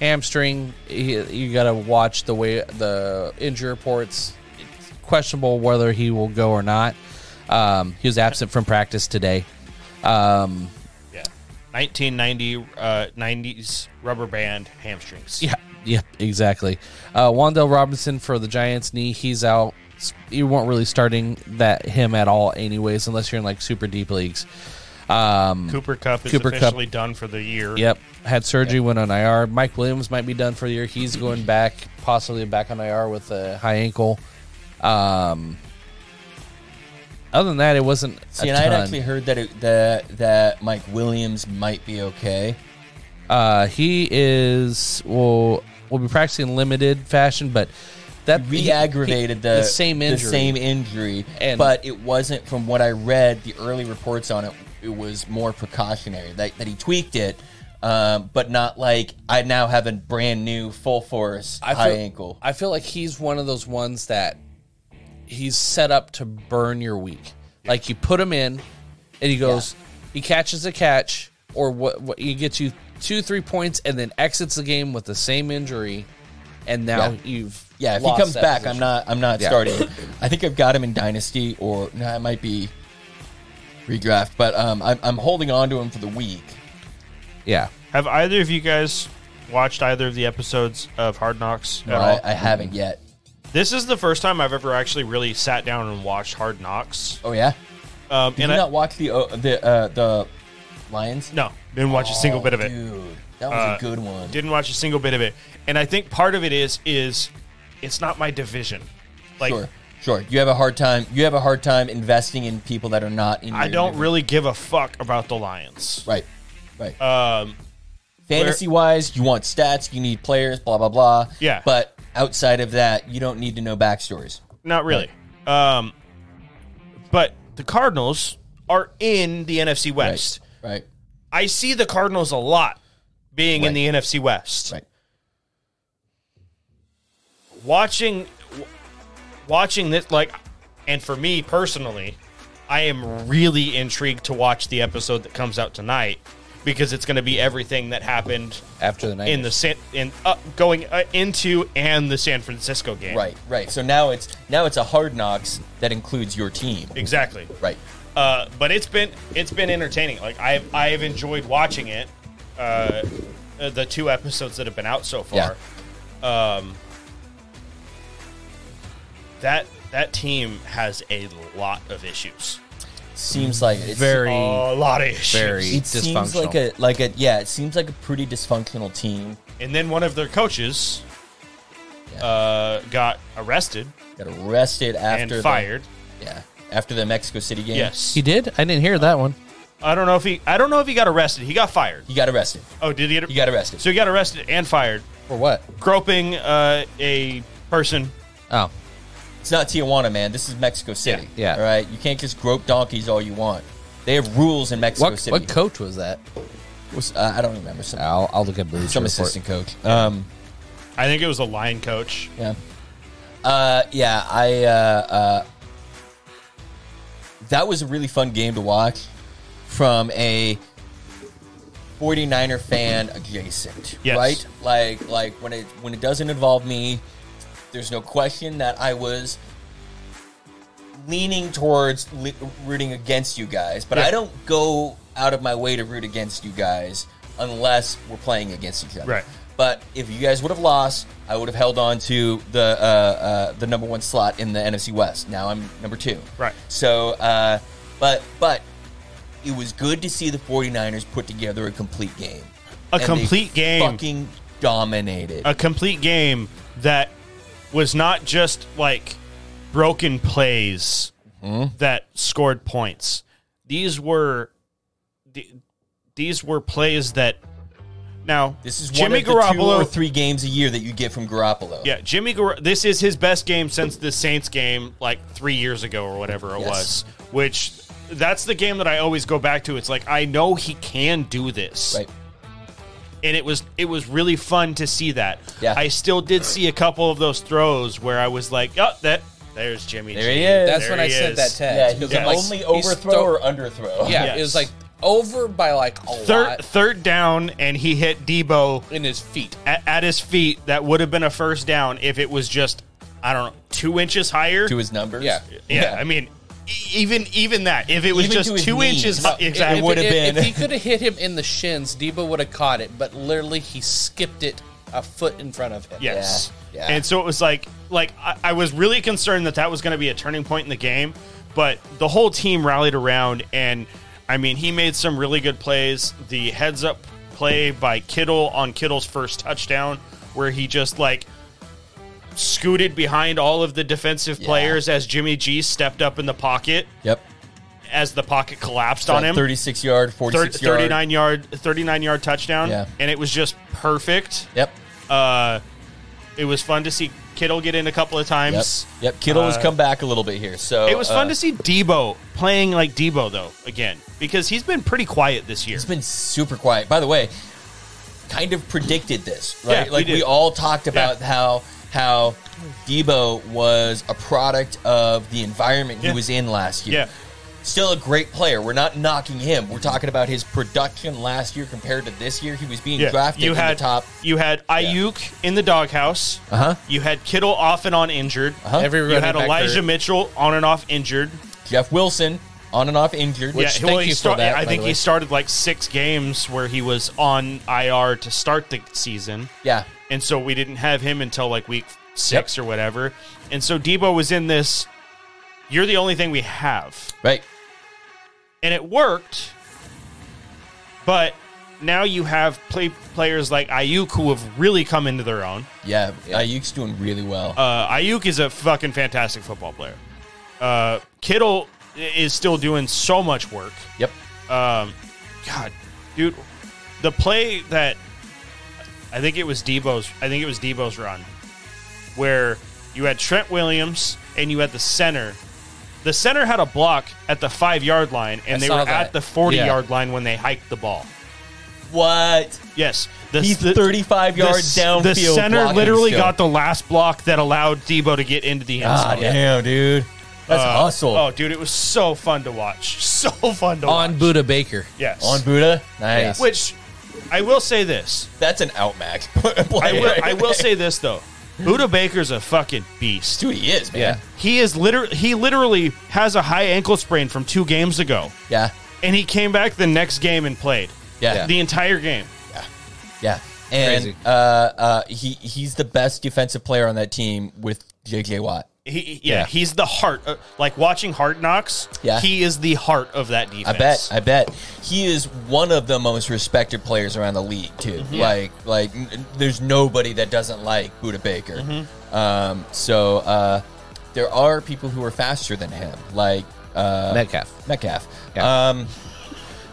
B: hamstring. He, you got to watch the way the injury reports. It's questionable whether he will go or not. Um, he was absent from practice today. Um,
A: Yeah. 1990 uh, 90s rubber band hamstrings.
B: Yeah, yeah, exactly. Uh, Wandell Robinson for the Giants knee, he's out. S- You weren't really starting that him at all, anyways, unless you're in like super deep leagues. Um,
A: Cooper Cup is
B: Cooper Kupp.
A: officially done for the year.
B: Yep, had surgery, went on IR. Mike Williams might be done for the year. He's going back, possibly back on IR with a high ankle. Um, other than that, it wasn't.
C: See,
B: a
C: and I had
B: ton.
C: actually heard that it, that that Mike Williams might be okay.
B: Uh, he is will will be practicing in limited fashion, but that
C: Re-aggravated
B: he-
C: the,
B: the same injury.
C: the same injury,
B: And-
C: but it wasn't. From what I read, the early reports on it, it was more precautionary that, that he tweaked it, um, but not like I now have a brand new full force
B: I
C: high
B: feel,
C: ankle.
B: I feel like he's one of those ones that he's set up to burn your week. Like you put him in, and he goes, he catches a catch, or what, what he gets you two, three points, and then exits the game with the same injury, and now
C: Yeah.
B: you've
C: Yeah, if he
B: lost
C: comes
B: that
C: back, I'm
B: position.
C: not. I'm not
B: Yeah.
C: starting. I think I've got him in Dynasty, or no, it might be redraft. But um, I'm, I'm holding on to him for the week.
B: Yeah,
A: Have either of you guys watched either of the episodes of Hard Knocks at
B: Uh-huh.
A: all?
C: I, I haven't yet.
A: This is the first time I've ever actually really sat down and watched Hard Knocks.
C: Oh yeah,
A: Um,
C: did
A: and
C: you
A: I,
C: not watch the uh, the uh, the Lions?
A: no, didn't watch a single
C: Oh,
A: bit of it.
C: Dude, that was
A: Uh,
C: a good one.
A: Didn't watch a single bit of it. And I think part of it is is it's not my division. Like
C: sure, sure. You have a hard time. You have a hard time investing in people that are not in.
A: I
C: your
A: don't
C: division.
A: really give a fuck about the Lions.
C: Right, right.
A: Um,
C: Fantasy wise, you want stats. You need players. Blah blah blah.
A: Yeah.
C: But outside of that, you don't need to know backstories.
A: not really. Um, but the Cardinals are in the NFC West.
C: Right. Right.
A: I see the Cardinals a lot being in
C: Right.
A: the NFC West.
C: Right.
A: Watching w- watching this like and for me personally, I am really intrigued to watch the episode that comes out tonight because it's going to be everything that happened
B: after the night
A: in the San, in uh, going uh, into and the San Francisco game.
C: Right, right. So now it's now it's a hard knocks that includes your team.
A: Exactly.
C: Right.
A: Uh, but it's been it's been entertaining. Like I have I have enjoyed watching it. Uh, uh, the two episodes that have been out so far. Um, that that team has a lot of issues.
C: Seems like it's
B: very
A: A lot of issues.
B: very
C: It
B: dysfunctional.
C: seems like a like a yeah. It seems like a pretty dysfunctional team.
A: And then one of their coaches
C: Yeah.
A: uh, got arrested
C: Got arrested after
A: and fired.
C: The, yeah, after the Mexico City game.
A: Yes,
B: he did. I didn't hear that one.
A: I don't know if he I don't know if he got arrested. He got fired.
C: he got arrested.
A: Oh, did he? Get,
C: He got arrested.
A: so he got arrested and fired,
B: For what?
A: groping uh, a person
B: Oh,
C: It's not Tijuana, man. This is Mexico City.
B: Yeah, yeah.
C: All right. You can't just grope donkeys all you want. They have rules in Mexico
B: what
C: City.
B: what coach was that?
C: Was- uh, I don't remember some
B: I'll, I'll look at Boots.
C: some assistant coach. Um,
A: I think it was a line coach.
C: Yeah. Uh, yeah, I. Uh, uh, that was a really fun game to watch from a 49er fan adjacent,
A: Yes.
C: right? Like, like when it when it doesn't involve me, there's no question that I was leaning towards li- rooting against you guys, but
A: Yeah.
C: I don't go out of my way to root against you guys unless we're playing against each other.
A: Right.
C: But if you guys would have lost, I would have held on to the uh, uh, the number one slot in the NFC West. Now I'm number two.
A: Right.
C: So, uh, but but it was good to see the 49ers put together a complete game.
A: A
C: they
A: complete game.
C: Fucking dominated.
A: a complete game that was not just like broken plays
C: Mm-hmm.
A: that scored points. These were th- these were plays that now
C: this is
A: Jimmy
C: one of the two
A: Garoppolo
C: or three games a year that you get from Garoppolo.
A: Yeah, Jimmy Gar- this is his best game since the Saints game like 3 years ago or whatever it
C: Yes.
A: was, which that's the game that I always go back to. It's like I know he can do this.
C: Right.
A: and it was it was really fun to see that.
C: Yeah.
A: I still did see a couple of those throws where I was like, oh, that there's Jimmy.
C: There
A: G.
C: he is.
B: That's
A: There
B: when I
A: he
B: said
A: is.
B: that
C: Yeah,
B: text.
C: he's
B: because
A: Yeah.
B: I'm
C: the
B: like,
C: only
B: he's
C: overthrow
B: throw-
C: or underthrow.
B: Yeah,
A: Yes.
B: it was like over by like a
A: Third
B: lot
A: third down, and he hit Debo
B: in his feet.
A: at, at his feet. That would have been a first down if it was just I don't know two inches higher.
C: to his numbers.
B: Yeah.
A: yeah,
C: yeah.
A: I mean, e- even even that if it was
C: Even to
A: just
C: his
A: two
C: knees.
A: inches
C: No,
A: high,
C: it-
A: exactly.
B: If-
C: would have
B: if-
C: been.
B: If he could have hit him in the shins, Debo would have caught it, but literally he skipped it a foot in front of him.
A: Yes.
C: Yeah, yeah.
A: And so it was like, like I, I was really concerned that that was going to be a turning point in the game, but the whole team rallied around, and I mean, he made some really good plays. The heads up play by Kittle on Kittle's first touchdown, where he just like scooted behind all of the defensive
C: Yeah.
A: players as Jimmy G stepped up in the pocket
C: Yep.
A: as the pocket collapsed on
C: That
A: him.
C: 36 yard,
A: Thir-
C: 46 yard.
A: 39 yard 39 yard touchdown
C: Yeah.
A: and it was just perfect
C: Yep.
A: uh, it was fun to see Kittle get in a couple of
C: Yep.
A: times.
C: Yep. Kittle has come back a little bit here. So
A: Uh, It was fun
C: uh,
A: to see Debo playing like Debo though again because he's been pretty quiet this year.
C: It's been super quiet. By the way, kind of predicted this, right?
A: Yeah, we
C: like
A: did.
C: we all talked about
A: Yeah.
C: how how Debo was a product of the environment
A: Yeah.
C: he was in last year.
A: Yeah.
C: Still a great player. We're not knocking him. We're talking about his production last year compared to this year. He was being
A: yeah,
C: drafted
A: you
C: in
A: had
C: the top.
A: you had Ayuk in the doghouse.
C: Uh-huh.
A: You had Kittle off and on injured.
C: Uh-huh.
B: Every
A: You
B: running
A: had
B: back
A: Elijah
B: there-
A: Mitchell on and off injured.
C: Jeff Wilson on and off injured. Which
B: thank you for that,
A: I
B: by
A: think
B: the
A: he
B: way.
A: started like six games where he was on IR to start the season.
C: yeah.
A: and so we didn't have him until like week six or whatever. And so Debo was in this. You're the only thing we have,
C: Right.
A: and it worked. But now you have play, players like Ayuk who have really come into their own.
C: Yeah. Ayuk's doing really well.
A: Uh, Ayuk is a fucking fantastic football player. Uh, Kittle is still doing so much work.
C: yep.
A: Um, God, dude, the play that I think it was Debo's. I think it was Debo's run, where you had Trent Williams and you had the center. The center had a block at the five yard line, and
B: I
A: they
B: saw
A: were at
B: that.
A: the forty
B: Yeah.
A: yard line when they hiked the ball.
C: What?
A: Yes, the,
C: He's
A: the-
C: 35
A: the
C: yards
A: s-
C: downfield.
A: The center
C: blocking
A: literally
C: still.
A: got the last block that allowed Debo to get into the end
C: Ah,
A: zone.
C: damn, dude. That's
A: Uh,
C: hustle.
A: Oh, dude, it was so fun to watch. So fun to
B: On
A: watch.
B: Buddha Baker.
A: yes,
C: On Buddha. Nice.
B: Yeah.
A: Which I will say this.
C: That's an outmax. play
A: I will
C: right
A: I will
C: there.
A: say this though. Buda Baker's a fucking beast.
C: Dude, he is, man.
A: He is literally he literally has a high ankle sprain from 2 games ago
C: Yeah.
A: and he came back the next game and played.
C: Yeah.
A: The entire game.
C: Yeah. Yeah. And
B: Crazy.
C: uh, uh, he he's the best defensive player on that team with JJ Watt.
A: He, he- yeah,
C: Yeah.
A: he's the heart. uh, like watching Hard Knocks,
C: Yeah.
A: he is the heart of that
C: I
A: defense.
C: bet. I bet he is one of the most respected players around the league too.
A: Mm-hmm.
C: Like, like n- there's nobody that doesn't like Buda Baker.
A: Mm-hmm.
C: Um, so uh, there are people who are faster than him, like uh,
B: Metcalf.
C: Metcalf.
B: Yeah.
C: Um,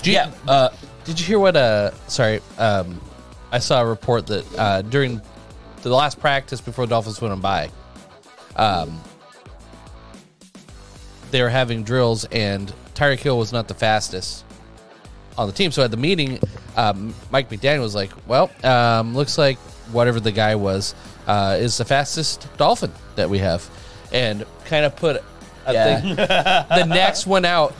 B: Do you-
C: yeah. Uh,
B: Did you hear what? Uh, sorry, um, I saw a report that uh, during the last practice before the Dolphins went on by, um, they were having drills, and Tyreek Hill was not the fastest on the team. So at the meeting, um, Mike McDaniel was like, "Well, um, looks like whatever the guy was uh, is the fastest Dolphin that we have," and kind of put a
C: Yeah.
B: thing the next one out,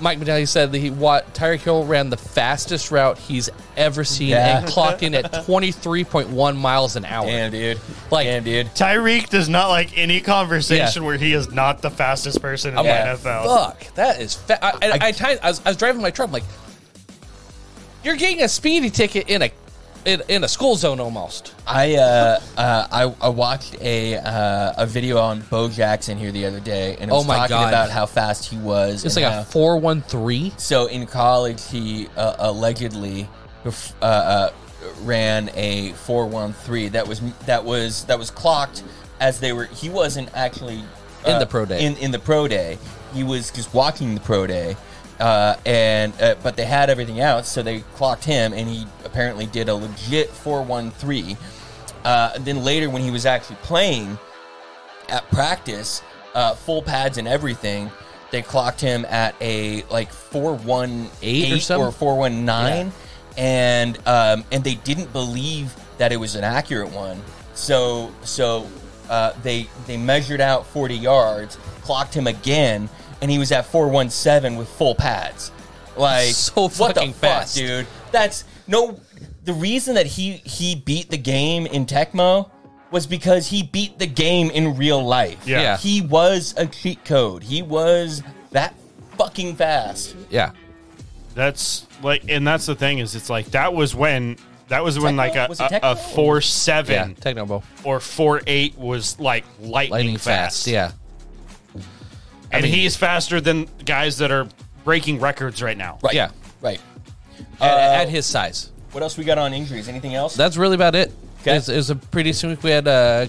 B: Mike McDaniel said that he what Tyreek Hill ran the fastest route he's ever seen
C: Yeah.
B: and clocked in at twenty three point one miles an hour.
C: damn, dude.
B: Like-
C: damn, dude.
A: Tyreek does not like any conversation
B: Yeah.
A: where he is not the fastest person in
B: I'm
A: the
B: like,
A: NFL.
B: fuck, that is. Fa- I, and
C: I-
B: I, ti- I was, I was driving my truck. I'm like, you're getting a speeding ticket in a in, in a school zone almost.
C: I uh, uh, I, I watched a uh, a video on Bo Jackson here the other day, and it
B: Oh
C: was
B: my
C: talking
B: God.
C: about how fast he was.
B: It's
C: and
B: like
C: how-
B: a four one three.
C: So in college, he uh, allegedly bef- uh, uh, ran a four one three. That was that was that was clocked as they were. He wasn't actually
B: In
C: uh,
B: the pro day.
C: In in the pro day, he was just walking the pro day. Uh, and uh, but they had everything out, so they clocked him, and he apparently did a legit four one three. Uh, and then later, when he was actually playing, at practice, uh, full pads and everything, they clocked him at a like four one
B: Eight or
C: eight or
B: something?
C: four one nine, and um, and they didn't believe that it was an accurate one. So so uh, they they measured out 40 yards, clocked him again, and he was at 417 with full pads. Like
B: So
C: what the
B: fucking
C: fuck,
B: fast.
C: dude. That's no. The reason that he he beat the game in Tecmo was because he beat the game in real life.
D: Yeah.
B: Yeah.
C: he was a cheat code. He was that fucking fast.
B: Yeah.
A: That's like, and that's the thing is, it's like that was when that was when like
C: Techno?
A: a
C: Was it
A: a,
C: Techno?
A: a four
B: Yeah.
A: seven
B: Techno Bowl.
A: or four eight was like lightning,
B: Lightning
A: fast.
B: fast. Yeah.
A: and
B: mean-
A: he's faster than guys that are breaking records right now.
C: Right.
B: Yeah.
C: Right.
B: At,
C: Uh,
B: at his size.
C: What else we got on injuries? Anything else?
B: That's really about it.
C: Okay.
B: It, was, it was a pretty soon week. We had, uh,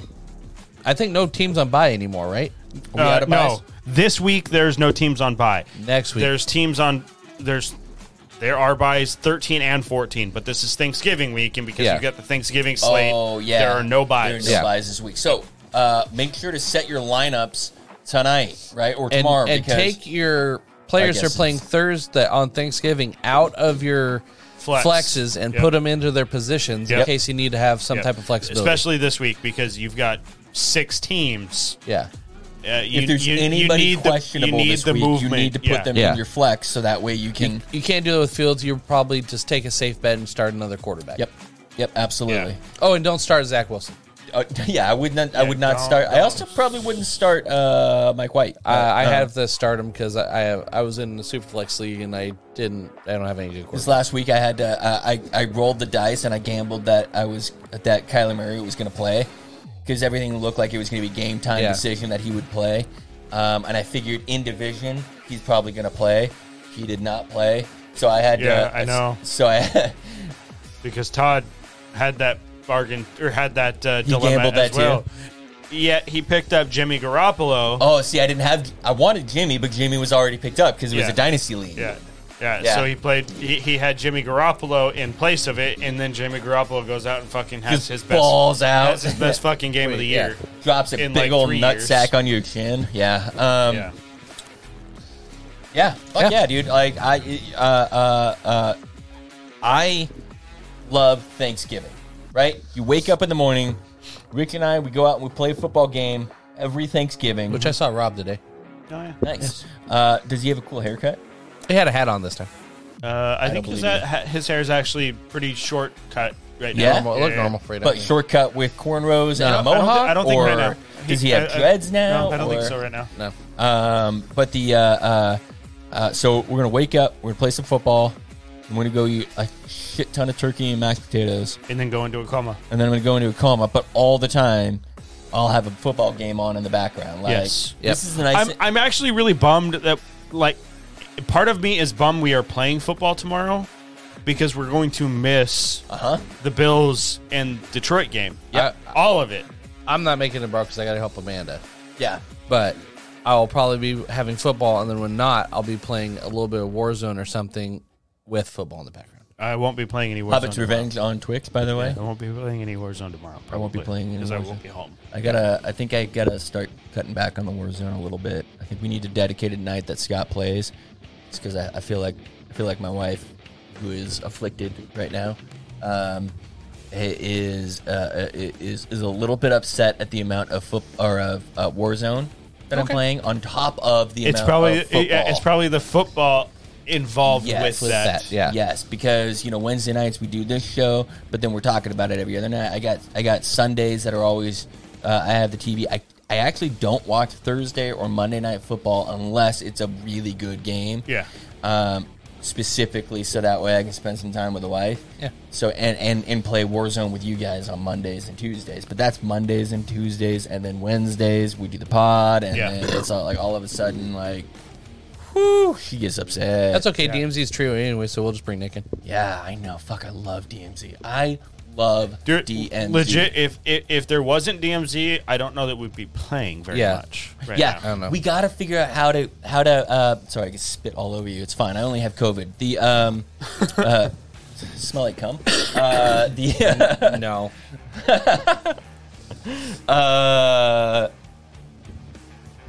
B: I think, no teams on bye anymore, right?
C: We
A: Uh,
C: out of
A: no,
C: bias?
A: this week there's no teams on bye.
B: Next week.
A: there's teams on there's there are buys 13 and 14, but this is Thanksgiving week, and because
B: Yeah.
A: you got the Thanksgiving slate,
C: Oh yeah,
A: there are no buys.
C: There are no
B: Yeah.
C: buys this week. So uh, make sure to set your lineups tonight, right, or
B: and,
C: tomorrow.
B: and
C: because
B: take your players
C: I
B: who are
C: guess
B: playing
C: it's-
B: Thursday on Thanksgiving out of your
A: Flex.
B: flexes and
A: Yep.
B: put them into their positions in
A: Yep.
B: case you need to have some
A: Yeah.
B: type of flexibility.
A: especially this week because you've got six teams.
B: yeah,
A: Uh, you,
C: if there's
A: you- you
C: anybody
A: need the-
C: questionable
A: you need
C: this
A: the
C: week,
A: movement.
C: you need to put
A: Yeah.
C: them
B: Yeah.
C: in your flex so that way you can.
B: you can't do it with Fields. You probably just take a safe bet and start another quarterback.
C: Yep, yep, absolutely.
B: Oh, and don't start Zach Wilson.
C: Yeah, uh, yeah I would not. I would not
A: don't-
C: start. I also probably wouldn't start uh, Mike White.
B: Uh, I
C: Uh,
B: have to start him because I I, have, I was in the Superflex league and I didn't. I don't have any good
C: This
B: quarterbacks.
C: last week, I had to. Uh, I I rolled the dice and I gambled that I was that Kyler Murray was going to play because everything looked like it was going to be game time
B: Yeah.
C: decision that he would play. Um, and I figured in division he's probably going to play. He did not play, so I had
A: Yeah,
C: to.
A: I know.
C: So I
A: because Todd had that bargain or had that uh, dilemma
C: gambled
A: as
C: that too.
A: well. Yet he picked up Jimmy Garoppolo.
C: oh see I didn't have I wanted Jimmy, but Jimmy was already picked up because it was
A: Yeah.
C: a dynasty league.
A: Yeah. Yeah,
C: Yeah.
A: so he played. He, he had Jimmy Garoppolo in place of it, and then Jimmy Garoppolo goes out and fucking has
C: Just
A: his best,
C: balls out,
A: has his best fucking game of the
B: yeah.
A: year.
C: drops a
A: in
C: big
A: like
C: old
A: three
C: nut
A: years.
C: sack on your chin. Yeah. Um,
A: Yeah,
C: Yeah, fuck yeah,
B: Yeah.
C: dude. Like I, uh, uh, uh, I love Thanksgiving. Right? You wake up in the morning. Rick and I, we go out and we play a football game every Thanksgiving.
B: Which I saw Rob today. Oh,
C: nice. Uh, does he have a cool haircut?
B: He had a hat on this time.
A: uh, I, think
C: don't
A: his,
C: believe
A: ha- his hair is actually pretty short cut right
C: Yeah.
A: now.
B: Normal, it looked
A: Yeah.
B: normal for it.
C: But shortcut with cornrows and a
A: I don't, thi-
C: mohawk.
A: I don't think
C: or
A: right now.
C: Does he
A: I-
C: have
A: I-
C: dreads now?
A: No, I don't
C: or-
A: think so right now.
B: no.
C: Um, but the uh, uh, uh, so we're gonna wake up. We're gonna play some football. I'm gonna go eat a shit ton of turkey and mashed potatoes.
A: And then go into a coma.
C: and then I'm going to go into a coma. But all the time, I'll have a football game on in the background. Like,
A: Yes.
B: Yep.
C: This is the nice.
A: I'm I'm actually really bummed that like part of me is bummed we are playing football tomorrow because we're going to miss
C: uh huh.
A: the Bills and Detroit game. Uh,
B: Yeah.
A: all of it.
B: I'm not making it, bro, because I got to help Amanda.
C: Yeah.
B: But I'll probably be having football, and then when not, I'll be playing a little bit of Warzone or something with football in the background.
A: I won't be playing any Warzone.
C: Hobbit's
A: tomorrow.
C: Revenge on Twix, by the way.
A: I won't be playing any Warzone tomorrow. Probably,
C: won't be playing any
A: because I
C: Warzone.
A: won't be home.
C: I gotta. I think I gotta start cutting back on the Warzone a little bit. I think we need a dedicated night that Scott plays. It's because I, I feel like I feel like my wife, who is afflicted right now, um, i- is uh, i- is is a little bit upset at the amount of foot or of uh, Warzone that I'm playing on top of the
A: It's
C: amount
A: probably
C: of football.
A: it's probably the football involved
C: Yes,
A: with
C: with
A: that.
B: that, yeah.
C: Yes, because you know Wednesday nights we do this show, but then we're talking about it every other night. I got I got Sundays that are always uh, I have the TV. I I actually don't watch Thursday or Monday night football unless it's a really good game.
A: Yeah.
C: Um, specifically, so that way I can spend some time with the wife.
B: Yeah.
C: So and and and play Warzone with you guys on Mondays and Tuesdays. But that's Mondays and Tuesdays, and then Wednesdays we do the pod, and
A: Yeah.
C: then it's all like all of a sudden like. Whew, she gets upset.
B: That's okay. DMZ's trio anyway, so we'll just bring Nick in.
C: Yeah, I know. Fuck, I love DMZ. I love
A: Dude,
C: DMZ.
A: legit. If, if if there wasn't DMZ, I don't know that we'd be playing very
B: Yeah.
A: much. Right
C: Yeah,
B: I
A: now.
B: don't know.
C: we gotta figure out how to how to. Uh, sorry, I can spit all over you. It's fine. I only have COVID. The um, uh, smell like cum. Uh, the
B: No,
C: uh,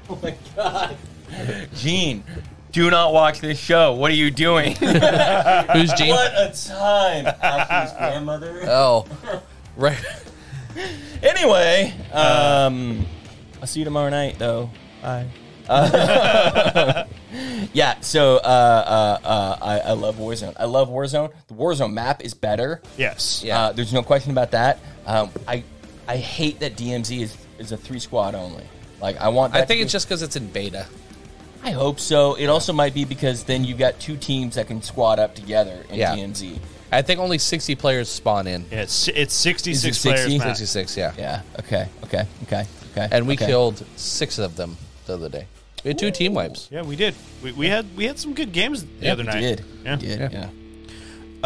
C: oh my god, Gene, do not watch this show. What are you doing?
B: Who's Gene?
C: what a time. Alfie's grandmother.
B: Oh, right. Uh,
C: Anyway, um, I'll see you tomorrow night, though. Bye. Uh, yeah, so uh, uh, uh, I, I love Warzone. I love Warzone. The Warzone map is better.
A: Yes.
B: Yeah.
C: Uh, there's no question about that. Um, I I hate that DMZ is, is a three squad only. Like I want. That
B: I think
C: to
B: it's
C: be-
B: just because it's in beta.
C: I hope so. It also might be because then you've got two teams that can squad up together in
B: Yeah.
C: DMZ.
B: I think only 60 players spawn in.
A: Yeah, It's it's 66
C: Is it
A: players
C: 60?
A: max.
B: 66, yeah.
C: Yeah. Okay. Okay. Okay. Okay.
B: And we
C: okay.
B: killed six of them the other day. We had two team wipes.
A: Yeah, we did. We, we had we had some good games the other
C: We
A: night.
C: did.
A: Yeah.
C: We did. Yeah.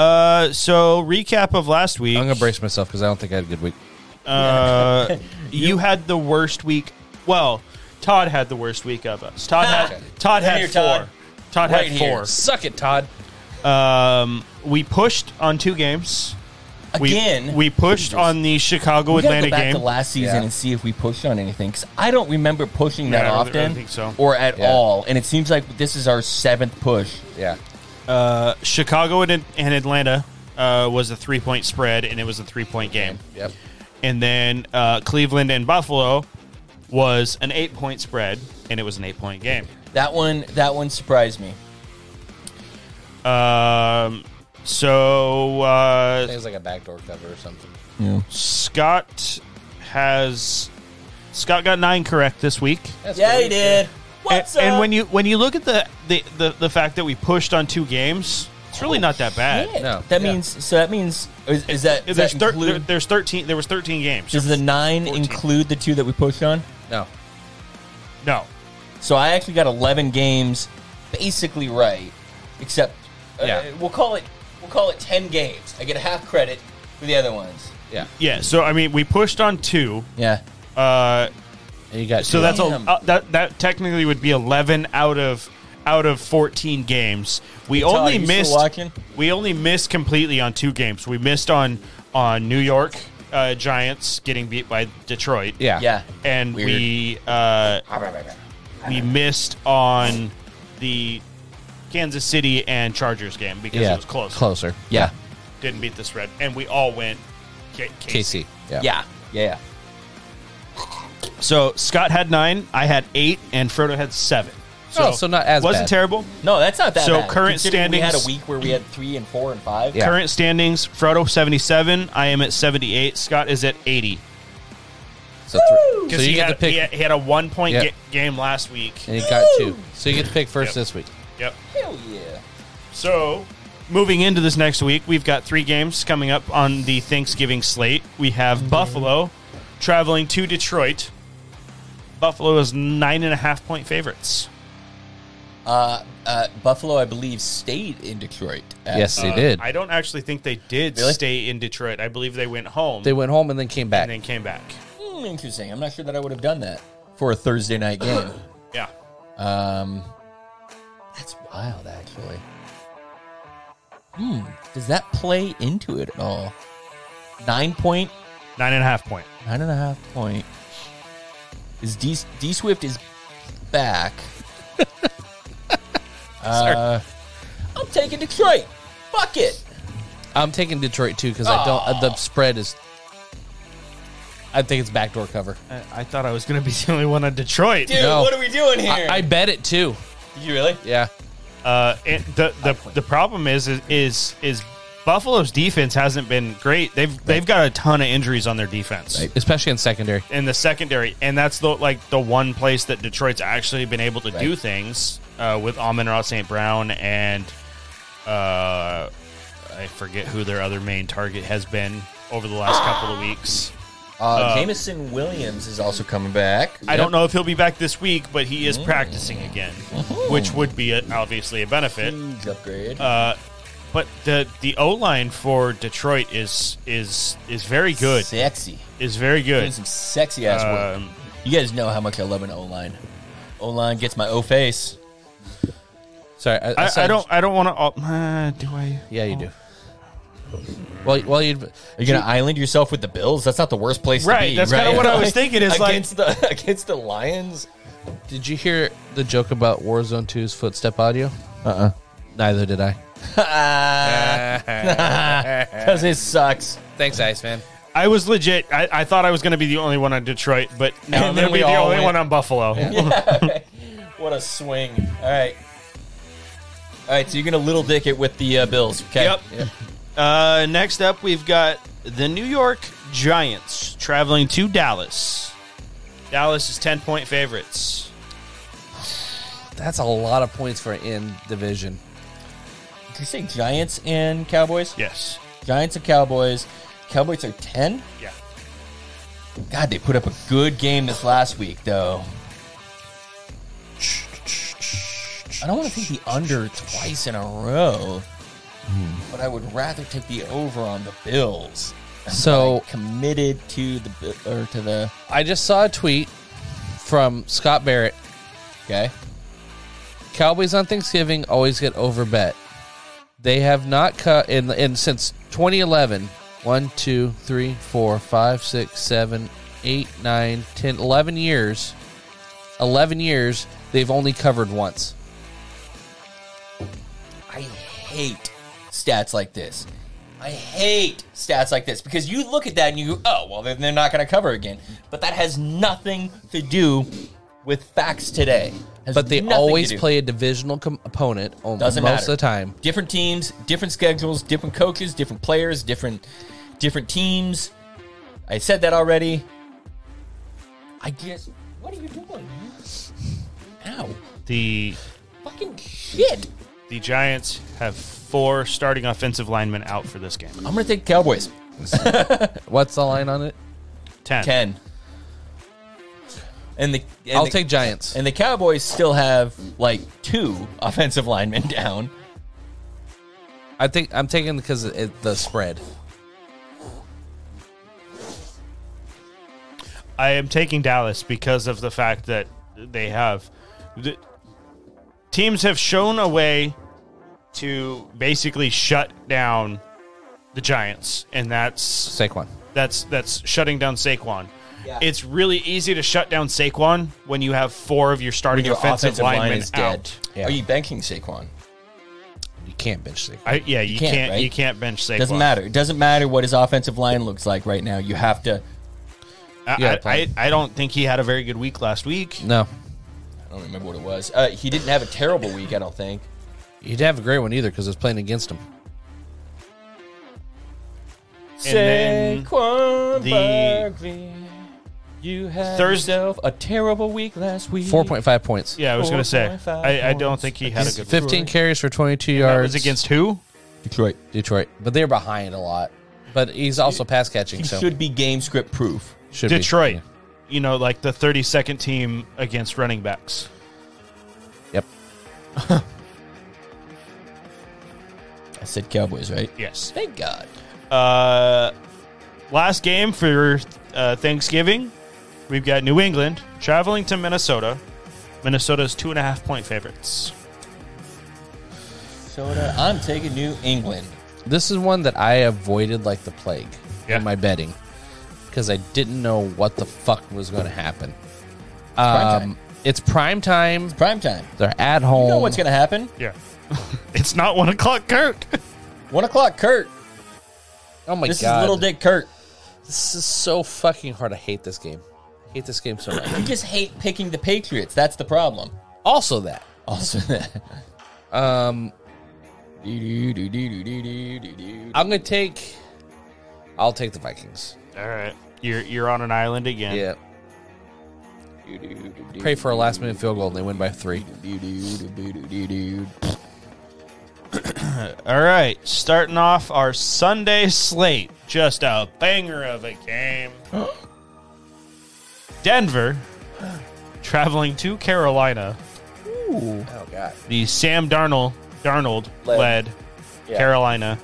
G: Uh, so recap of last week.
B: I'm going to brace myself because I don't think I had a good week.
G: Uh,
A: You had the worst week. Well, Todd had the worst week of us. Todd had Todd had
C: Here,
A: four.
C: Todd.
A: Todd,
C: Right
A: had
C: here.
A: four.
B: Suck it, Todd.
A: Um, we pushed on two games. We-
C: Again.
A: we, pushed on the Chicago
C: We gotta
A: Atlanta
C: go back
A: game.
C: to last season
B: Yeah.
C: and see if we pushed on anything because I don't remember pushing
A: Yeah,
C: that
A: I don't- I
C: often,
A: don't think so.
C: or at
B: Yeah.
C: all. And it seems like this is our seventh push.
B: Yeah.
A: Chicago and, and Atlanta uh, was a three point spread, and it was a three point game.
B: Yep.
A: And then uh, Cleveland and Buffalo was an eight point spread, and it was an eight point game.
C: That one, that one surprised me.
A: Um, so
B: I think
A: uh,
B: it was like a backdoor cover or something.
A: Scott has Scott got nine correct this week.
B: That's
C: yeah,
B: pretty
C: he
B: good.
C: did. What's
A: And, and
C: up?
A: when you when you look at the the, the the fact that we pushed on two games, it's really not that bad.
C: Shit.
B: No,
C: that
B: yeah.
C: means so. That means is, is that does
A: There's,
C: that
A: thir-
C: include-
A: there- there's 13 there was 13 games.
C: does the nine include the two that we pushed on?
B: No.
A: no.
C: So I actually got eleven games, basically right, except uh,
B: Yeah.
C: we'll call it we'll call it ten games. I get a half credit for the other ones.
B: Yeah.
A: Yeah, so I mean we pushed on two.
C: Yeah,
A: Uh
B: And you got
A: So
B: two.
A: that's a,
C: Damn.
A: uh, that that technically would be eleven out of out of fourteen games. We
C: Todd,
A: only
C: you still
A: missed.
C: watching?
A: We only missed completely on two games. We missed on on New York uh, Giants getting beat by Detroit.
B: Yeah.
C: yeah.
A: and
C: Weird.
A: we uh, we missed on the Kansas City and Chargers game because
B: Yeah.
A: it was close.
B: Closer. Yeah.
A: Didn't beat the spread, and we all went. K-
B: KC. Yeah.
C: yeah, yeah, yeah.
A: So Scott had nine, I had eight, and Frodo had seven.
B: Oh, so not as
A: wasn't
B: bad.
A: terrible.
C: No, that's not that.
A: So
C: bad.
A: current
C: Considering We had a
A: standings-
C: week where we had three and four and five.
B: Yeah.
A: Current standings: Frodo seventy seven. I am at seventy eight. Scott is at eighty.
B: So, thr- so
A: Because
B: you
A: he,
B: get
A: had-
B: to pick.
A: he had- he had a one point
B: Yeah.
A: ga- game last week.
B: And you got two. So you get to pick first
A: Yep.
B: this week.
A: Yep.
C: Hell yeah.
A: So moving into this next week, we've got three games coming up on the Thanksgiving slate. We have
B: Mm-hmm.
A: Buffalo traveling to Detroit. Buffalo is nine and a half point favorites.
C: Uh, uh, Buffalo, I believe, stayed in Detroit. Uh,
B: Yes, they did.
A: I don't actually think they did
C: Really?
A: stay in Detroit. I believe they went home
B: They went home and then came back.
A: and then came back.
C: Hmm, interesting. I'm not sure that I would have done that for a Thursday night game.
A: Yeah.
C: um, that's wild, actually. Hmm. Does that play into it at all? Nine point,
A: Nine and a half point.
C: nine and a half point. Is D, D Swift is back? uh, I'm taking Detroit. Fuck it.
B: I'm taking Detroit too because I don't. uh, The spread is. I think it's backdoor cover.
A: I, I thought I was going to be the only one on Detroit.
C: Dude,
B: No.
C: what are we doing here?
B: I, I bet it too.
C: Did you really?
B: Yeah.
A: Uh, and the the, the problem is is is Buffalo's defense hasn't been great. They've they've got a ton of injuries on their defense
B: Especially in secondary.
A: in the secondary, and that's the like the one place that Detroit's actually been able to do things uh, with Amon Ross St. Brown and uh, I forget who their other main target has been over the last couple of weeks.
C: Uh, Jameson Williams is also coming back.
A: I don't know if he'll be back this week, but he
C: Oh.
A: is practicing again, which would be a, obviously a benefit.
C: Huge upgrade.
A: Uh, But the the O line for Detroit is is is very good.
C: Sexy.
A: Is very
C: Doing
A: good.
C: some sexy ass work.
A: Um,
C: You guys know how much I love an O line. O line gets my O face.
B: Sorry. I,
A: I,
B: said-
A: I don't I don't want to. Uh, do I?
B: Yeah, you do. Well, well, you.
C: Are you gonna island yourself with the Bills? That's not the worst place
A: Right,
C: to be.
A: that's
C: right?
A: kinda what I was thinking, is like-
C: against the against the Lions.
B: Did you hear the joke about Warzone 2's footstep audio?
C: Uh uh
B: Neither did I.
C: Because it sucks.
B: Thanks, Iceman.
A: I was legit. I, I thought I was going to be the only one on Detroit, but now I'm
C: then
A: going to be
C: we
A: the
C: all
A: only
C: went.
A: one on Buffalo.
C: What a swing. All right. All right, so you're going to little dick it with the uh, Bills, okay?
H: Yep. Uh, next up, we've got the New York Giants traveling to Dallas. Dallas is 10 point favorites.
B: That's a lot of points for in division.
C: Did you say Giants and Cowboys?
A: Yes.
C: Giants and Cowboys. Cowboys are 10?
A: Yeah.
C: God, they put up a good game this last week, though. I don't want to take the under twice in a row, but I would rather take the over on the Bills.
B: So
C: Committed to the Bi- or to the
B: I just saw a tweet from Scott Barrett.
C: okay.
B: Cowboys on Thanksgiving always get overbet. They have not cut in in since 2011. 1, 2, 3, 4, 5, 6, 7, 8, 9, 10, 11 years. 11 years, they've only covered once.
C: I hate stats like this. I hate stats like this because you look at that and you go, oh, well, then they're not going to cover again. But that has nothing to do with facts today. Has
B: But they
C: nothing to
B: always
C: do.
B: play a divisional com- opponent on
C: Doesn't
B: most
C: matter.
B: of the time.
C: different teams, different schedules, different coaches, different players, different different teams. I said that already. I guess. What are you doing? Ow!
A: The
C: Fucking shit!
A: the Giants have four starting offensive linemen out for this game.
C: I'm gonna take Cowboys.
B: What's the line on it?
A: Ten.
C: Ten. And the and
B: I'll
C: the-
B: take Giants.
C: And the Cowboys still have like two offensive linemen down.
B: I think I'm taking because it, it, the spread.
A: I am taking Dallas because of the fact that they have the, teams have shown a way to basically shut down the Giants, and that's
B: Saquon.
A: That's that's shutting down Saquon. It's really easy to shut down Saquon when you have four of your starting offensive, linemen out.
C: Are you banking Saquon?
B: You can't bench Saquon.
A: I, yeah, you,
C: can't,
A: can't,
C: right?
A: you can't bench Saquon.
C: Doesn't matter. It doesn't matter what his offensive line looks like right now. You have to.
B: Yeah,
A: I, I,
B: fine.
A: I- I don't think he had a very good week last week.
B: No.
C: I don't remember what it was. Uh, he didn't have a terrible week, I don't think.
B: You'd have a great one either because it's playing against him.
A: then
C: Saquon
A: the-
C: Barkley, you had
A: Thurs-
C: yourself a terrible week last week.
B: 4.5 points.
A: Yeah, I was going to say
C: 4.5
A: I, I don't
C: points.
A: think he had a good.
B: 15 carries for 22
A: That
B: yards.
A: was against who?
C: Detroit.
B: Detroit. But they're behind a lot. But he's also pass catching,
C: He
B: so
C: should be game script proof.
B: should be.
A: Detroit. You know, like the 32nd team against running backs.
B: Yep.
C: I said Cowboys, right?
A: Yes.
C: Thank God.
A: Uh, last game for uh, Thanksgiving, we've got New England traveling to Minnesota. Minnesota's two and a half point favorites.
C: Soda. uh, I'm taking New England.
B: This is one that I avoided like the plague
A: Yeah.
B: in my betting because I didn't know what the fuck was going to happen. Um,
C: prime time.
B: it's prime time.
C: Prime time.
B: They're at home.
C: You know what's going to happen?
A: Yeah. it's not one o'clock, Kurt.
C: One o'clock, Kurt.
B: oh my
C: This
B: god!
C: is little Dick Kurt.
B: This is so fucking hard. I hate this game. I hate this game so much.
C: You just hate picking the Patriots. That's the problem.
B: also, that
C: Also,
B: um,
C: I'm
B: I'm gonna take. I'll take the Vikings.
A: All right. You're, you're on an island again.
B: Yeah. Pray for a last minute field goal and they win by three.
H: All right, starting off our Sunday slate. Just a banger of a game.
A: Denver traveling to Carolina.
B: Oh god.
A: The Sam Darnold Darnold
C: Led.
A: led, Carolina.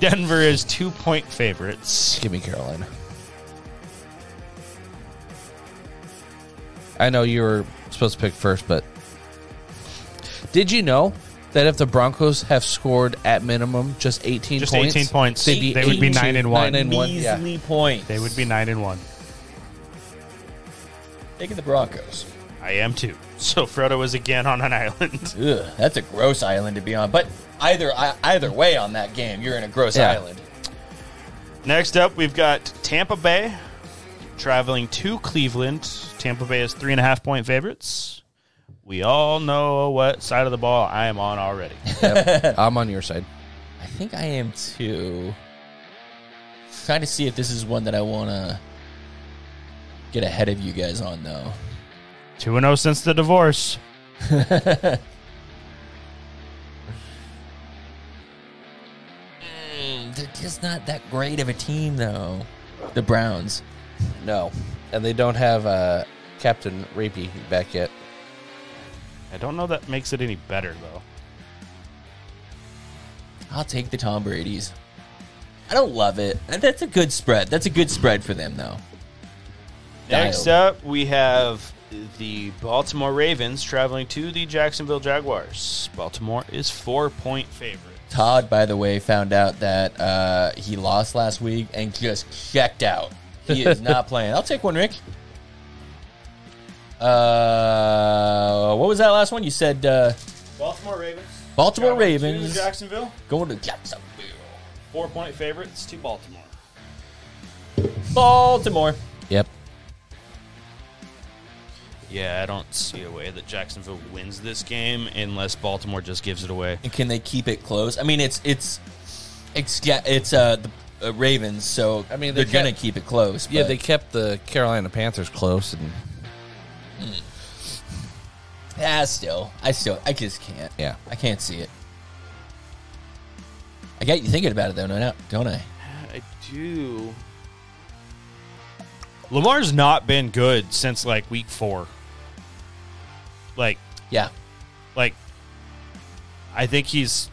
A: Denver is two point favorites.
B: Give me Carolina. I know you were supposed to pick first, but did you know that if the Broncos have scored at minimum just 18
A: Just
B: points,
A: 18 points.
B: they'd be
A: They would be
B: 18
A: nine and one.
B: nine and one, yeah.
C: Measly point.
A: They would be nine and one.
C: Taking the Broncos.
A: I am too. So Frodo is again on an island.
C: Ugh, that's a gross island to be on. But either I- either way on that game, you're in a gross
B: Yeah.
C: island.
A: Next up, we've got Tampa Bay traveling to Cleveland. Tampa Bay is three and a half point favorites. We all know what side of the ball I am on already.
B: I'm on your side.
C: I think I am too. Trying to see if this is one that I want to get ahead of you guys on, though.
A: 2 0 since the divorce.
C: They're just not that great of a team, though. The Browns.
B: No, and they don't have uh, Captain Rapey back yet.
A: I don't know that makes it any better, though.
C: I'll take the Tom Brady's. I don't love it. And That's a good spread. That's a good spread for them, though.
I: Next
C: Dialed.
I: up, we have the Baltimore Ravens traveling to the Jacksonville Jaguars. Baltimore is four point favorite.
C: Todd, by the way, found out that uh, he lost last week and just checked out. He is not playing. I'll take one, Rick. Uh, what was that last one? You said uh,
I: Baltimore Ravens.
C: Baltimore Ravens
I: Jacksonville,
C: going to Jacksonville.
I: four point favorites to Baltimore.
C: Baltimore.
B: Yep.
A: Yeah, I don't see a way that Jacksonville wins this game unless Baltimore just gives it away.
C: And can they keep it close? I mean, it's it's it's yeah, it's uh, the uh, Ravens, so
B: I mean,
C: they're
B: they
C: gonna
B: kept-
C: keep it close.
B: Yeah,
C: but-
B: they kept the Carolina Panthers close, and
C: Ah, still, I still, I just can't.
B: Yeah.
C: I can't see it. I got you thinking about it though, no doubt, don't I?
I: I do.
A: Lamar's not been good since like week four. Like,
C: Yeah,
A: like, I think he's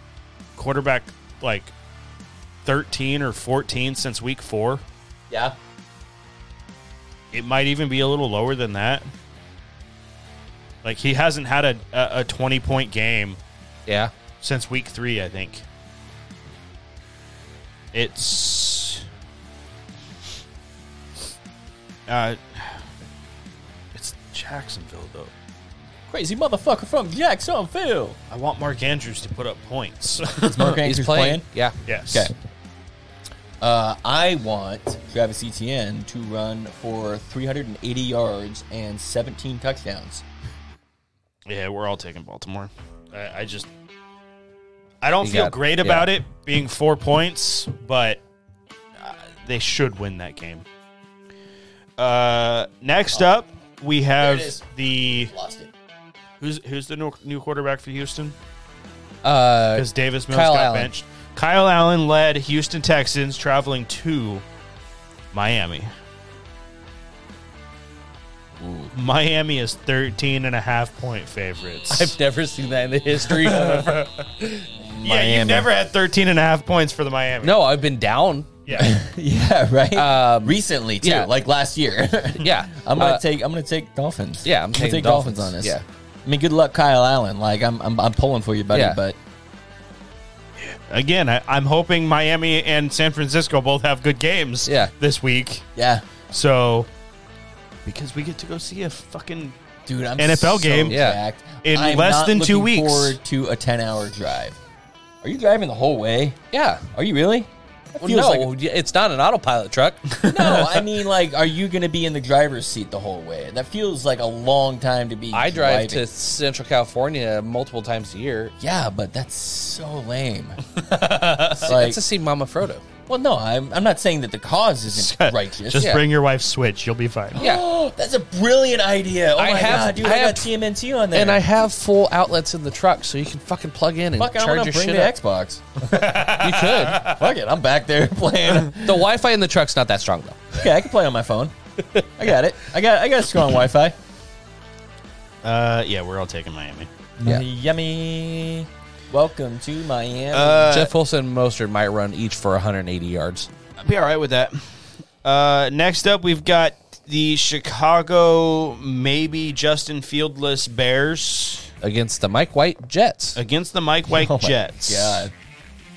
A: quarterback like 13 or 14 since week four.
C: yeah.
A: It might even be a little lower than that. Like, he hasn't had a, a, a 20 point game
B: yeah,
A: since week three, I think. It's uh, it's Jacksonville though.
C: Crazy motherfucker from Jacksonville.
A: I want Mark Andrews to put up points.
C: It's Mark
B: he's
C: Andrews
B: playing. Yeah,
A: yes.
C: Okay. Uh, I want Travis Etienne to run for 380 yards and 17 touchdowns.
A: Yeah, we're all taking Baltimore. I, I just I don't
B: You
A: feel
B: got-
A: great
B: yeah.
A: about it being four points, but uh, they should win that game. Uh, next
B: Oh.
A: up, we have
C: is.
A: the
C: Lost it.
A: who's who's the new, new quarterback for Houston?
B: uh,
A: because Davis Mills
B: Kyle
A: got
B: Allen.
A: benched. Kyle Allen led Houston Texans traveling to Miami. Miami is 13 and a half point favorites.
B: I've never seen that in the history. of
A: yeah, you've never had 13 and a half points for the Miami.
B: No, I've been down.
A: Yeah.
C: Yeah, right.
B: Um,
C: Recently too,
B: yeah.
C: like last year.
B: Yeah,
C: I'm gonna
B: Uh,
C: take. I'm gonna take Dolphins.
B: Yeah, I'm
C: gonna
B: taking
C: take Dolphins.
B: Dolphins.
C: on this.
B: Yeah.
C: I mean, good luck, Kyle Allen. Like, I'm, I'm, I'm pulling for you, buddy.
B: Yeah.
C: But
A: Again, I, I'm hoping Miami and San Francisco both have good games
B: Yeah.
A: this week.
C: yeah,
A: So, because we get to go see a fucking.
C: dude, I'm
A: NFL
C: so
A: game.
B: Yeah.
C: jacked.
A: In
C: I'm
A: less
C: not
A: than two
C: looking
A: weeks.
C: Forward to a 10 hour drive. Are you driving the whole way?
B: yeah.
C: Are you really? That
B: Well,
C: feels
B: no,
C: like a-
B: it's not an autopilot truck.
C: no, I mean, like, are you going to be in the driver's seat the whole way? That feels like a long time to be.
B: I drive to
C: driving.
B: Central California multiple times a year
C: Yeah, but that's so lame.
B: It's
C: like,
B: to see Mama Frodo.
C: well, no, I'm, I'm not saying that the cause isn't righteous.
A: Just
B: Yeah.
A: bring your wife's Switch. You'll be fine.
B: Yeah.
C: That's a brilliant idea. Oh
B: I
C: my
B: have-
C: god, dude,
B: I
C: I,
B: have-
C: got TMNT on there.
B: And I have full outlets in the truck, so you can fucking plug in and
C: fuck, I
B: charge your
C: want to bring
B: shit
C: the
B: up.
C: Xbox.
B: You could.
C: fuck it, I'm back there playing.
B: The Wi-Fi in the truck's not that strong though.
C: okay, I can play on my phone. I got it. I got I got strong Wi-Fi.
A: Uh, yeah, we're all taking Miami.
B: Yeah.
C: Yummy. Welcome to Miami.
B: Jeff Wilson and Mostert might run each for 180 yards.
I: I'd be all right with that. Uh, next up, we've got the Chicago, maybe Justin Fieldless Bears
B: against the Mike White Jets.
I: against the Mike White
C: Oh my
I: Jets.
C: God.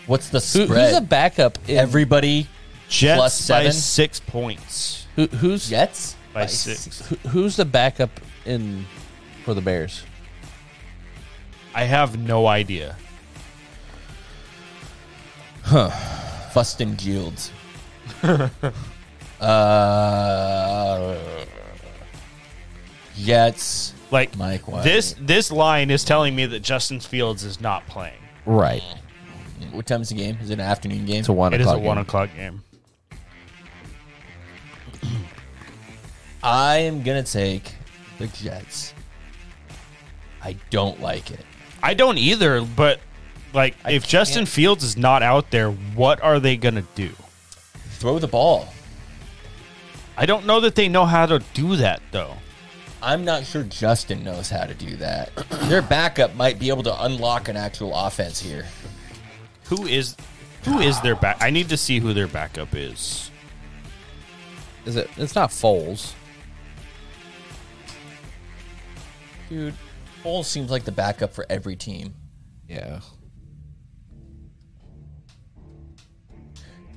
C: What's the
B: Who,
C: spread?
B: who's a backup in
C: Everybody
A: Jets
C: Plus
A: by
C: seven?
A: six points.
B: who, who's
C: Jets
A: By six.
B: who, who's the backup in for the Bears?
A: I have no idea.
C: Fustin Guilds. uh, Jets.
A: Like
C: Mike White.
A: this this line is telling me that Justin Fields is not playing.
B: Right.
C: What time is the game? Is it an afternoon game?
B: It's a one
A: It is
B: o'clock.
A: a one
B: game.
A: o'clock game.
C: I am gonna take the Jets. I don't like it.
A: I don't either, but like if Justin Fields is not out there, what are they gonna do?
C: Throw the ball.
A: I don't know that they know how to do that though.
C: I'm not sure Justin knows how to do that. Their backup might be able to unlock an actual offense here.
A: Who is who is their back? I need to see who their backup is.
B: Is it? It's not Foles.
C: Dude, Foles seems like the backup for every team.
B: Yeah.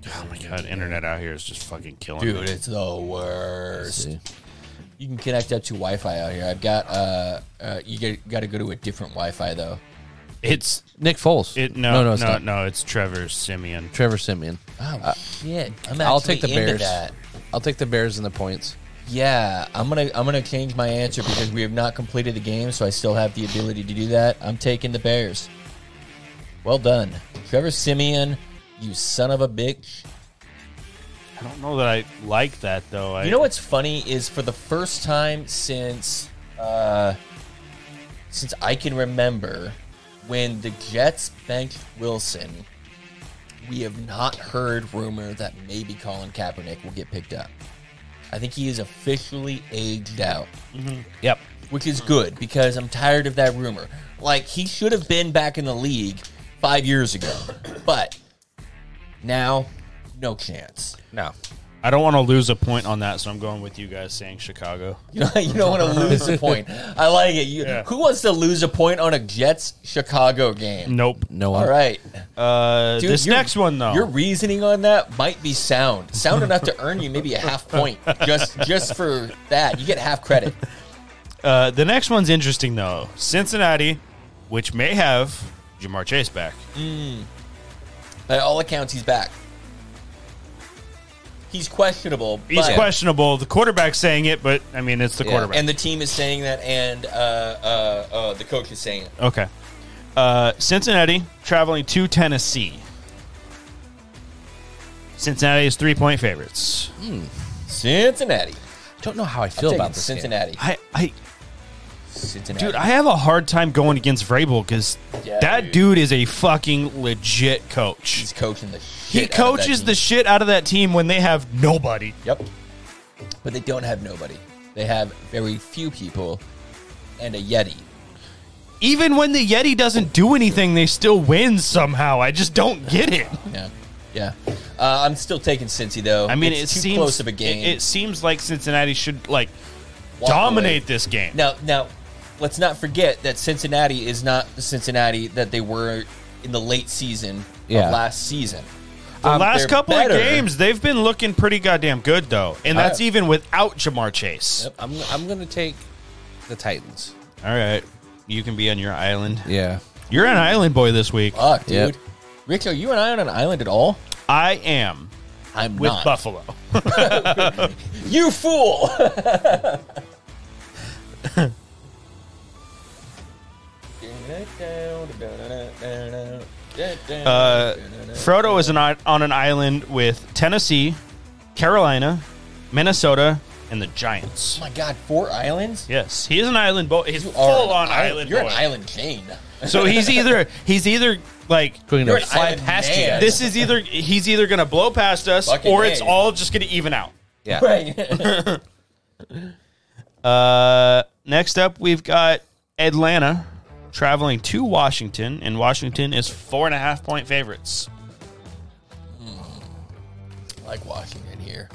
A: Oh my god, internet out here is just fucking killing me.
C: Dude, it's the worst. You can connect up to Wi-Fi out here. I've got uh, uh you got to go to a different Wi-Fi though.
A: It's
B: Nick Foles.
A: it no no
B: it's
A: no
B: not.
A: no, it's Trevor Simeon.
B: Trevor Simeon.
C: Oh shit! I'm
B: I'll take the
C: actually into
B: Bears.
C: That.
B: I'll take the Bears and the points.
C: Yeah, I'm gonna I'm gonna change my answer because we have not completed the game, so I still have the ability to do that. I'm taking the Bears. Well done, Trevor Simeon. You son of a bitch.
A: I don't know that I like that though. I,
C: You know what's funny is for the first time since uh, since I can remember when the Jets benched Wilson, we have not heard rumor that maybe Colin Kaepernick will get picked up. I think he is officially aged out.
A: Yep.
C: which is good because I'm tired of that rumor. Like he should have been back in the league five years ago, but now no chance.
B: No.
A: I don't want to lose a point on that, so I'm going with you guys saying Chicago.
C: You know, you don't want to lose a point. I like it. You,
A: Yeah.
C: Who wants to lose a point on a Jets Chicago game?
A: Nope.
B: No one.
C: All right,
A: Uh,
C: Dude,
A: this
C: your-
A: next one though.
C: Your reasoning on that might be sound, sound enough to earn you maybe a half point just just for that. You get half credit.
A: Uh, the next one's interesting though. Cincinnati, which may have Jamar Chase back.
C: By all accounts, he's back. He's questionable.
A: He's
C: but-
A: questionable. The quarterback's saying it, but I mean it's the quarterback.
C: And the team is saying that, and uh, uh, uh, the coach is saying it.
A: okay. Uh, Cincinnati traveling to Tennessee. Cincinnati is three point favorites.
C: Cincinnati.
B: I don't know how I feel
C: Taking
B: about this. game.
C: Cincinnati.
A: I, I
C: Cincinnati.
A: dude, I have a hard time going against Vrabel because
C: Yeah,
A: that
C: dude.
A: dude. is a fucking legit coach.
C: he's coaching the
A: He
C: shit. out of that
A: coaches the
C: team.
A: shit out of that team when they have nobody.
C: Yep. But they don't have nobody. They have very few people, and a yeti.
A: Even when the Yeti doesn't do anything, they still win somehow. I just don't get it.
C: Yeah. Yeah. Uh, I'm still taking Cincy though.
A: I mean,
C: it's
A: it
C: too
A: seems
C: close of a game.
A: It, it seems like Cincinnati should like
C: Walk
A: dominate
C: away.
A: this game.
C: Now, now, let's not forget that Cincinnati is not the Cincinnati that they were in the late season
B: Yeah.
C: of last season.
A: the last
C: um, they're
A: couple
C: better.
A: of games, they've been looking pretty goddamn good though, and
C: I-
A: that's even without Jamar Chase.
B: Yep, I'm I'm gonna take the Titans.
A: All right, you can be on your island.
B: Yeah.
A: You're an island boy this week.
C: Fuck, dude.
B: Yep.
C: Rich, are you and I on an island at all?
A: I am
C: I'm
A: with
C: not.
A: Buffalo.
C: You fool!
A: Uh, Uh, Frodo is an, i- on an island with Tennessee, Carolina, Minnesota, and the Giants.
C: oh my god, four islands?
A: Yes, he's an island boy. He's
C: You
A: full
C: are
A: on
C: an isl-
A: island.
C: You're
A: boy.
C: an island king.
A: So he's either he's either like
B: Going
C: You're an
B: to
C: island man.
A: This is either he's either gonna blow past us
C: Fucking
A: or it's
C: A.
A: all just gonna even out.
B: yeah.
C: right.
A: Uh, next up, we've got Atlanta traveling to Washington, and Washington is four and a half point favorites.
C: I like Washington here.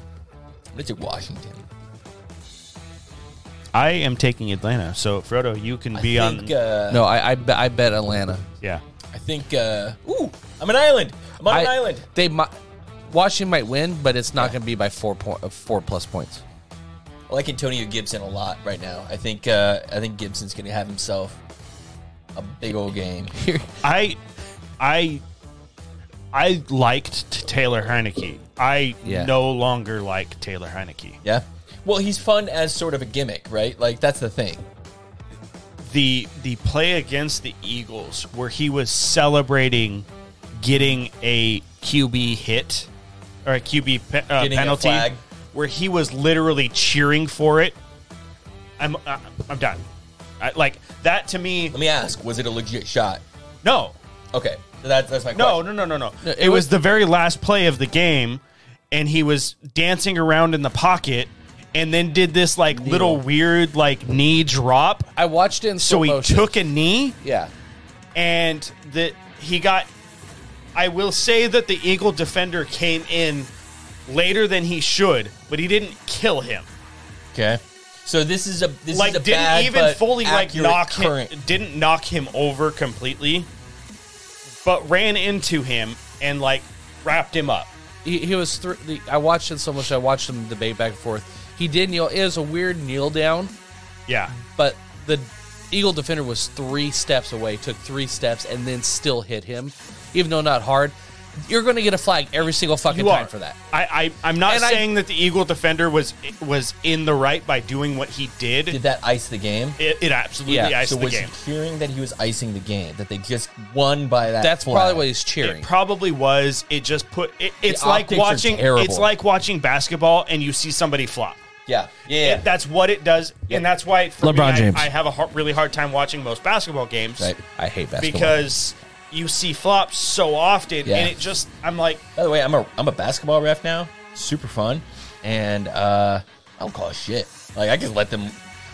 C: What is it, Washington?
A: I am taking Atlanta, so Frodo, you can
C: I
A: be
C: think,
A: on.
C: uh,
B: No, I I, be- I bet Atlanta.
A: yeah,
C: I think, uh, ooh, I'm an island. I'm on an
B: I-
C: island.
B: They might. Washington might win, but it's not going to be by four point, uh, four plus points.
C: I like Antonio Gibson a lot right now. I think uh, I think Gibson's going to have himself a big old game.
A: I, I, I liked t- Taylor Heineke. I
B: Yeah.
A: no longer like Taylor Heineke.
C: Yeah. Well, he's fun as sort of a gimmick, right? Like that's the thing.
A: The the play against the Eagles where he was celebrating getting a QB hit or a QB pe- uh,
C: Getting a
A: penalty,
C: flag.
A: where he was literally cheering for it. I'm uh, I'm done. I, like that to me.
C: Let me ask: Was it a legit shot?
A: No,
C: Okay, so that's that's my
A: No,
C: question.
A: no, no, no, no. It, was, the very last play of the game, and he was dancing around in the pocket, and then did this like little weird like knee drop.
B: I watched it in slow
A: So he
B: motion.
A: took a knee,
B: yeah.
A: and that he got. I will say that the Eagle defender came in later than he should, but he didn't kill him.
C: Okay. So this is a this
A: like
C: is a
A: didn't
C: bad
A: even
C: but
A: fully like
C: accurate
A: knock
C: current.
A: him didn't knock him over completely, but ran into him and like wrapped him up.
B: He, he was. Th- the, I watched it so much. I watched him debate back and forth. He did kneel. It was a weird kneel down,
A: Yeah.
B: but the eagle defender was three steps away. Took three steps and then still hit him, even though not hard. You're going to get a flag every single fucking
A: You
B: time
A: are.
B: for that.
A: I, I I'm not
B: And I-
A: saying that the Eagle defender was was in the right by doing what he did.
C: Did that ice the game?
A: it, it absolutely
B: Yeah,
A: iced
C: so
A: the
C: was
A: game.
C: he hearing that he was icing the game? That they just won by that.
B: That's
C: flag.
B: probably what he's
A: It
B: cheering.
A: probably was. It just put. It, it's
C: The
A: like
C: optics are
A: watching.
C: terrible.
A: It's like watching basketball and you see somebody flop.
C: Yeah, yeah, yeah.
A: It- that's what it does, and that's why for
B: LeBron
A: me, I-
B: James.
A: I, have a har really hard time watching most basketball games
C: Right.
B: I hate basketball.
A: because you see flops so often,
C: Yeah.
A: and it just. I'm like,
C: By the way, I'm a I'm a basketball ref now. Super fun, and uh, I don't call shit. Like I just let them.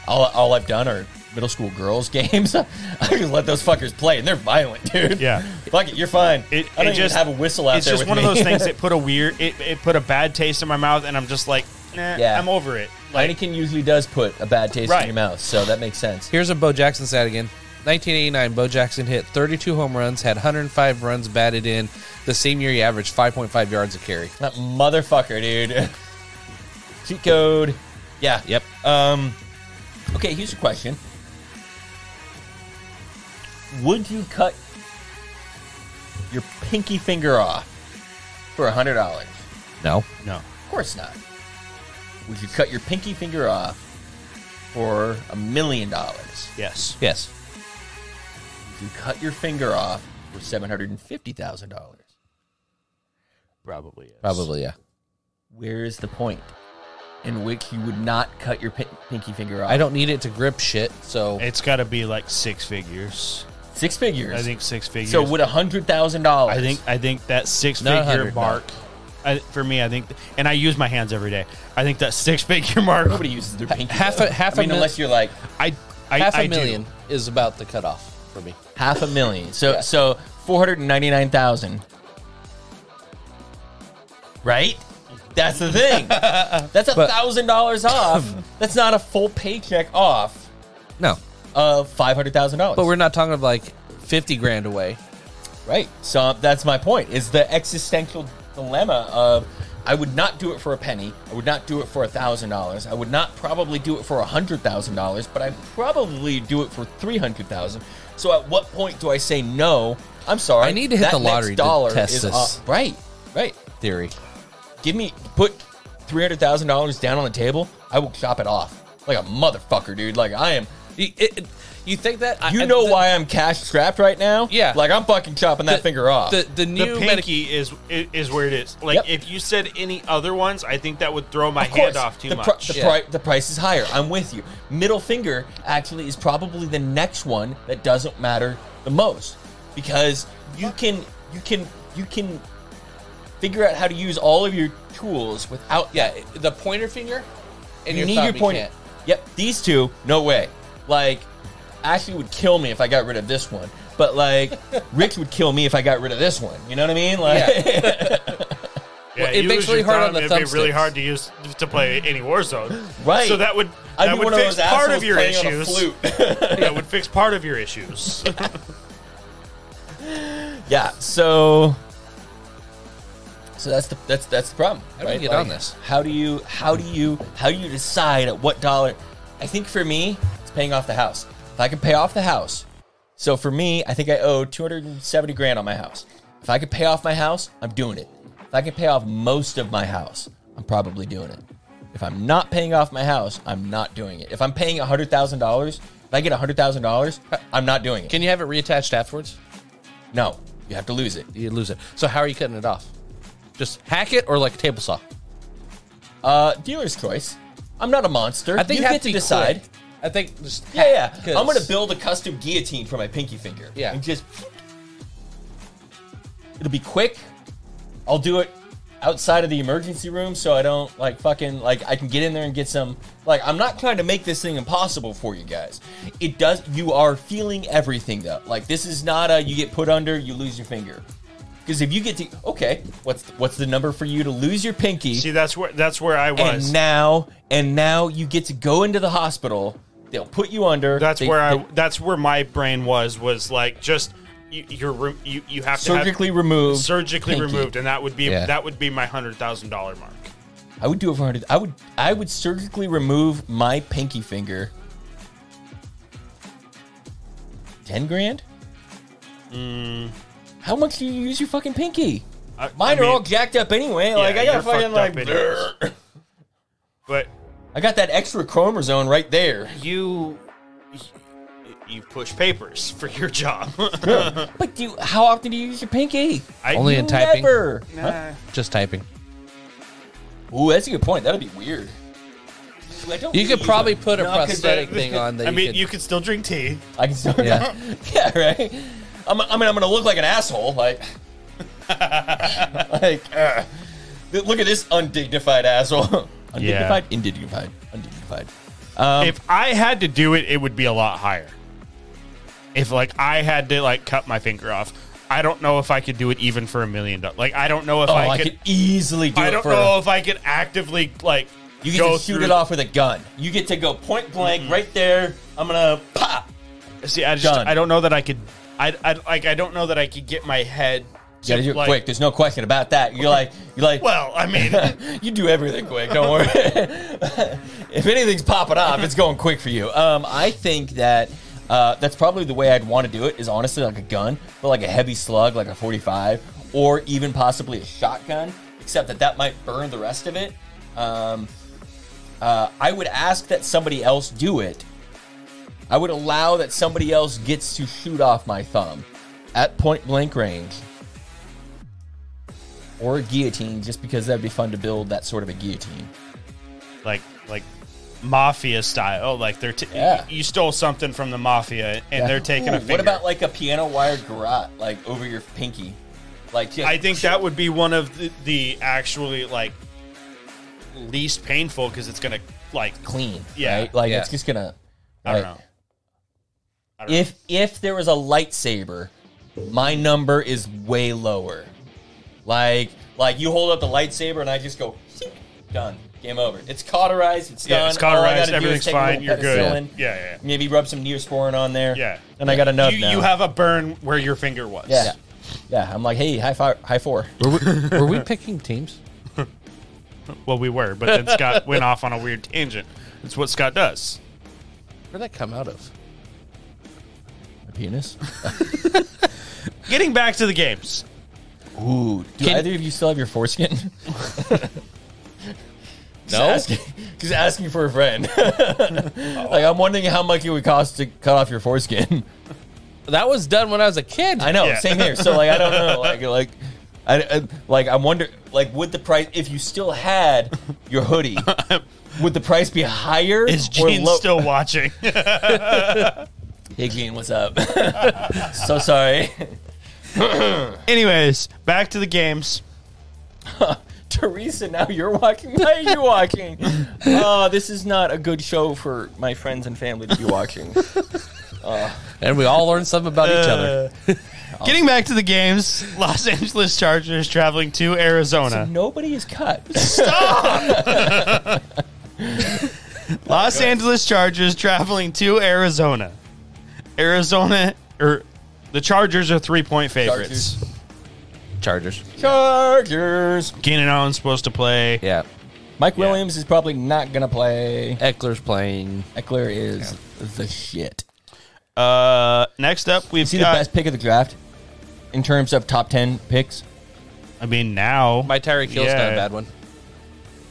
C: All, all I've done are middle school girls games. I just let those fuckers play, and they're violent, dude.
A: Yeah.
C: fuck it, you're fine.
A: It-
C: I don't
A: it
C: even
A: just-
C: have a whistle out
A: it's
C: there.
A: just
C: with
A: one
C: me.
A: of those things that put a weird. It, it put a bad taste in my mouth, and I'm just like, nah,
C: Yeah.
A: I'm over it.
C: Heineken usually does put a bad taste
A: Right.
C: in your mouth, so that makes sense.
B: Here's what Bo Jackson said again. 1989, Bo Jackson hit 32 home runs, had 105 runs batted in. The same year, he averaged 5.5 yards a carry.
C: That motherfucker, dude. Cheat code. Yeah.
B: Yep.
C: Um. Okay, here's a question. Would you cut your pinky finger off for a hundred dollars?
B: No.
A: No.
C: Of course not. Would you cut your pinky finger off for a million dollars?
A: Yes.
B: Yes.
C: Would you cut your finger off for seven hundred and fifty thousand dollars?
A: Probably. Yes.
B: Probably, yeah.
C: Where is the point in which you would not cut your pin- pinky finger off?
B: I don't need it to grip shit, so
A: It's got to be like six figures.
C: six figures.
A: I think six figures.
C: so. Would a hundred thousand dollars?
A: I think I think that six
B: Not a
A: figure
B: hundred, no.
A: mark I, for me. I think, and I use my hands every day. I think that six figure mark.
C: nobody uses their pinky.
B: half
C: though.
B: a- half
C: I
B: a
C: mean,
B: mil-
C: unless you're like
A: I, I
B: half a
A: I do.
B: million is about the cutoff for me.
C: half a million. So so four hundred and ninety nine thousand. Right? That's the thing. That's a
B: But-
C: thousand dollars off. That's not a full paycheck off
B: No.
C: of five hundred thousand dollars.
B: But we're not talking of like 50 grand away.
C: right. So that's my point. Is the existential dilemma of I would not do it for a penny. I would not do it for a thousand dollars. I would not probably do it for a hundred thousand dollars, but I probably do it for three hundred thousand. So at what point do I say no? I'm sorry.
B: I need to hit
C: that
B: the
C: next
B: lottery to
C: dollar
B: test
C: is
B: this.
C: up. Right. Right.
B: Theory.
C: Give me put three hundred thousand dollars down on the table. I will chop it off like a motherfucker, dude. Like I am.
B: You, it- it- you think that? I-
C: You
B: I-
C: know
B: the-
C: why I'm cash strapped right now?
B: Yeah.
C: Like I'm fucking chopping
B: the-
C: that finger off.
B: The, the
A: The
B: new medic-
A: pinky is i- is where it is. Like
C: Yep.
A: if you said any other ones, I think that would throw my
C: Of course,
A: hand off too
C: the
A: much.
C: pri- the,
B: Yeah.
C: pri- the price is higher. I'm with you. Middle finger actually is probably the next one that doesn't matter the most because you can you can you can figure out how to use all of your tools without
B: Yeah, the pointer finger and
C: you
B: your
C: need
B: thumb,
C: your point.
B: You can't.
C: Yep, these two, no way. Like, Ashley would kill me if I got rid of this one, but like, Rich would kill me if I got rid of this one. You know what I mean? Like,
A: Yeah,
B: Well, it
A: you lose
B: makes it really
A: your
B: hard on the
A: It'd be really
B: thumbsticks.
A: hard to use to play any Warzone.
C: Mm-hmm. Right.
A: So that would
C: I'd
A: that
C: be
A: would
C: one of
A: fix
C: those
A: part
C: assholes
A: of your
C: playing on a
A: issues.
C: flute.
A: that would fix part of your issues.
C: yeah. So, So that's the that's that's the problem.
B: How do we
C: right?
B: get on this?
C: How do you how do you how do you decide at what dollar? I think for me, it's paying off the house. If I can pay off the house, so for me, I think I owe two hundred and seventy grand on my house. If I could pay off my house, I'm doing it. If I can pay off most of my house, I'm probably doing it. If I'm not paying off my house, I'm not doing it. If I'm paying hundred thousand dollars, if I get hundred thousand dollars, I'm not doing it.
B: Can you have it reattached afterwards?
C: no, you have to lose it.
B: You lose it. So how are you cutting it off? Just hack it or like a table saw?
C: Uh, dealer's choice. I'm not a monster.
B: I think
C: you
B: you have
C: get to
B: be
C: decide.
B: quick. I think just hack,
C: Yeah, yeah.
B: 'cause-
C: I'm gonna build a custom guillotine for my pinky finger.
B: Yeah.
C: and just it'll be quick. I'll do it outside of the emergency room so I don't like fucking like I can get in there and get some like I'm not trying to make this thing impossible for you guys. It does. You are feeling everything though. Like this is not a you get put under, you lose your finger. Because if you get to okay, what's what's the number for you to lose your pinky?
A: See, that's where that's where I was.
C: and now and now you get to go into the hospital. They'll put you under.
A: that's
C: They-
A: where I.
C: they-
A: that's where my brain was. Was like just you, you're re- you, you have to have-
C: surgically removed.
A: surgically
C: pinky.
A: removed, and that would be
B: Yeah.
A: that would be my hundred thousand dollar mark.
C: I would do it for hundred. I would I would surgically remove my pinky finger. Ten grand. How much do you use your fucking pinky?
A: I-
C: Mine
A: Mm. I mean,
C: are all jacked up anyway. like I
A: you're
C: got fucking
A: fucked up
C: like.
A: anyways. But
C: I got that extra chromosome right there.
A: you you push papers for your job.
C: But do you, how often do you use your pinky?
A: I,
B: Only in typing.
C: Never. Huh?
B: Just typing.
C: Ooh, that's a good point. That'd be weird. I don't
B: You
C: really
B: could
C: use
B: probably
C: them.
B: put a
C: No, 'cause
B: prosthetic
C: that-
B: thing on that.
A: I
B: you
A: mean,
B: could-
A: you could still drink tea.
C: I can still.
B: Yeah.
C: Yeah, right. I'm, I mean, I'm gonna look like an asshole. Like, like, uh, look at this undignified asshole. undignified, indignified, undignified. Um,
A: if I had to do it, it would be a lot higher. If like I had to like cut my finger off, I don't know if I could do it even for a million dollars. Like I don't know if
C: Oh,
A: I,
C: I,
A: could.
C: could, easily do
A: I
C: it
A: don't
C: for.
A: know if I could actively like
C: you get
A: go
C: to shoot
A: through-
C: it off with a gun. You get to go point blank
A: Mm-hmm.
C: right there. I'm gonna pop.
A: See, I just
C: Done.
A: I don't know that I could. I, I like I don't know that I could get my head.
C: You gotta
A: to,
C: do it
A: like-
C: quick. There's no question about that. You're like, you're like,
A: Well, I mean,
C: you do everything quick. Don't worry. if anything's popping off, it's going quick for you. Um, I think that uh, that's probably the way I'd want to do it. Is honestly like a gun, but like a heavy slug, like a forty-five, or even possibly a shotgun. Except that that might burn the rest of it. Um, uh, I would ask that somebody else do it. I would allow that somebody else gets to shoot off my thumb at point blank range or a guillotine just because that'd be fun to build that sort of a guillotine.
A: like like mafia style. Like they're t-
C: Yeah.
A: you stole something from the mafia and they're taking
C: Ooh,
A: a finger.
C: What about like a piano wire garrote, like over your pinky? Like just,
A: I think that would be one of the, the actually like least painful because it's gonna like
C: clean.
A: Yeah.
C: right? like
B: Yeah.
C: it's just gonna.
A: I don't
C: right.
A: know. I don't
C: If if there was a lightsaber, my number is way lower. Like like you hold up the lightsaber and I just go, "Sink." done, game over. It's cauterized. It's
A: Yeah,
C: done.
A: it's
C: All I
A: cauterized,
C: gotta do is
A: everything's
C: take a little
A: fine, you're good.
C: penicillin,
A: Yeah, yeah, yeah.
C: Maybe rub some neosporin on there.
A: Yeah.
C: and I got a nub
A: you,
C: now.
A: you have a burn where your finger was.
C: yeah. Yeah, I'm like, hey, high five, high four.
B: were, we, were we picking teams?
A: Well, we were, but then Scott went off on a weird tangent. It's what Scott does.
B: Where'd that come out of?
C: A penis.
A: Getting back to the games.
C: Ooh, do
B: Can-
C: either of you still have your foreskin?
B: No.
C: Because asking for a friend. like I'm wondering how much it would cost to cut off your foreskin.
B: That was done when I was a kid.
C: I know,
A: Yeah.
C: same here. So like I don't know, like like. I, I, like I wonder, like would the price if you still had your hoodie, would the price be higher?
A: Is
C: or
A: Gene
C: low-
A: still watching?
C: Hey Gene, what's up? so sorry.
A: Anyways, back to the games.
C: Teresa, now you're walking. Why are you walking? Oh, this is not a good show for my friends and family to be watching.
B: And we all learned something about each other.
A: Getting back to the games, Los Angeles Chargers traveling to Arizona.
C: Nobody is cut.
A: Los Angeles Chargers traveling to Arizona. er, Arizona or the Chargers are three point favorites.
B: Chargers.
C: Chargers.
A: Keenan Allen's supposed to play.
B: Yeah.
C: Mike Williams is probably not gonna play.
B: Eckler's playing.
C: Eckler is the shit.
A: Uh, next up, we've
C: Is he the
A: got.
C: best pick of the draft in terms of top ten picks?
A: I mean, now
B: My Tyreek Hill's not
A: Yeah.
B: a bad one.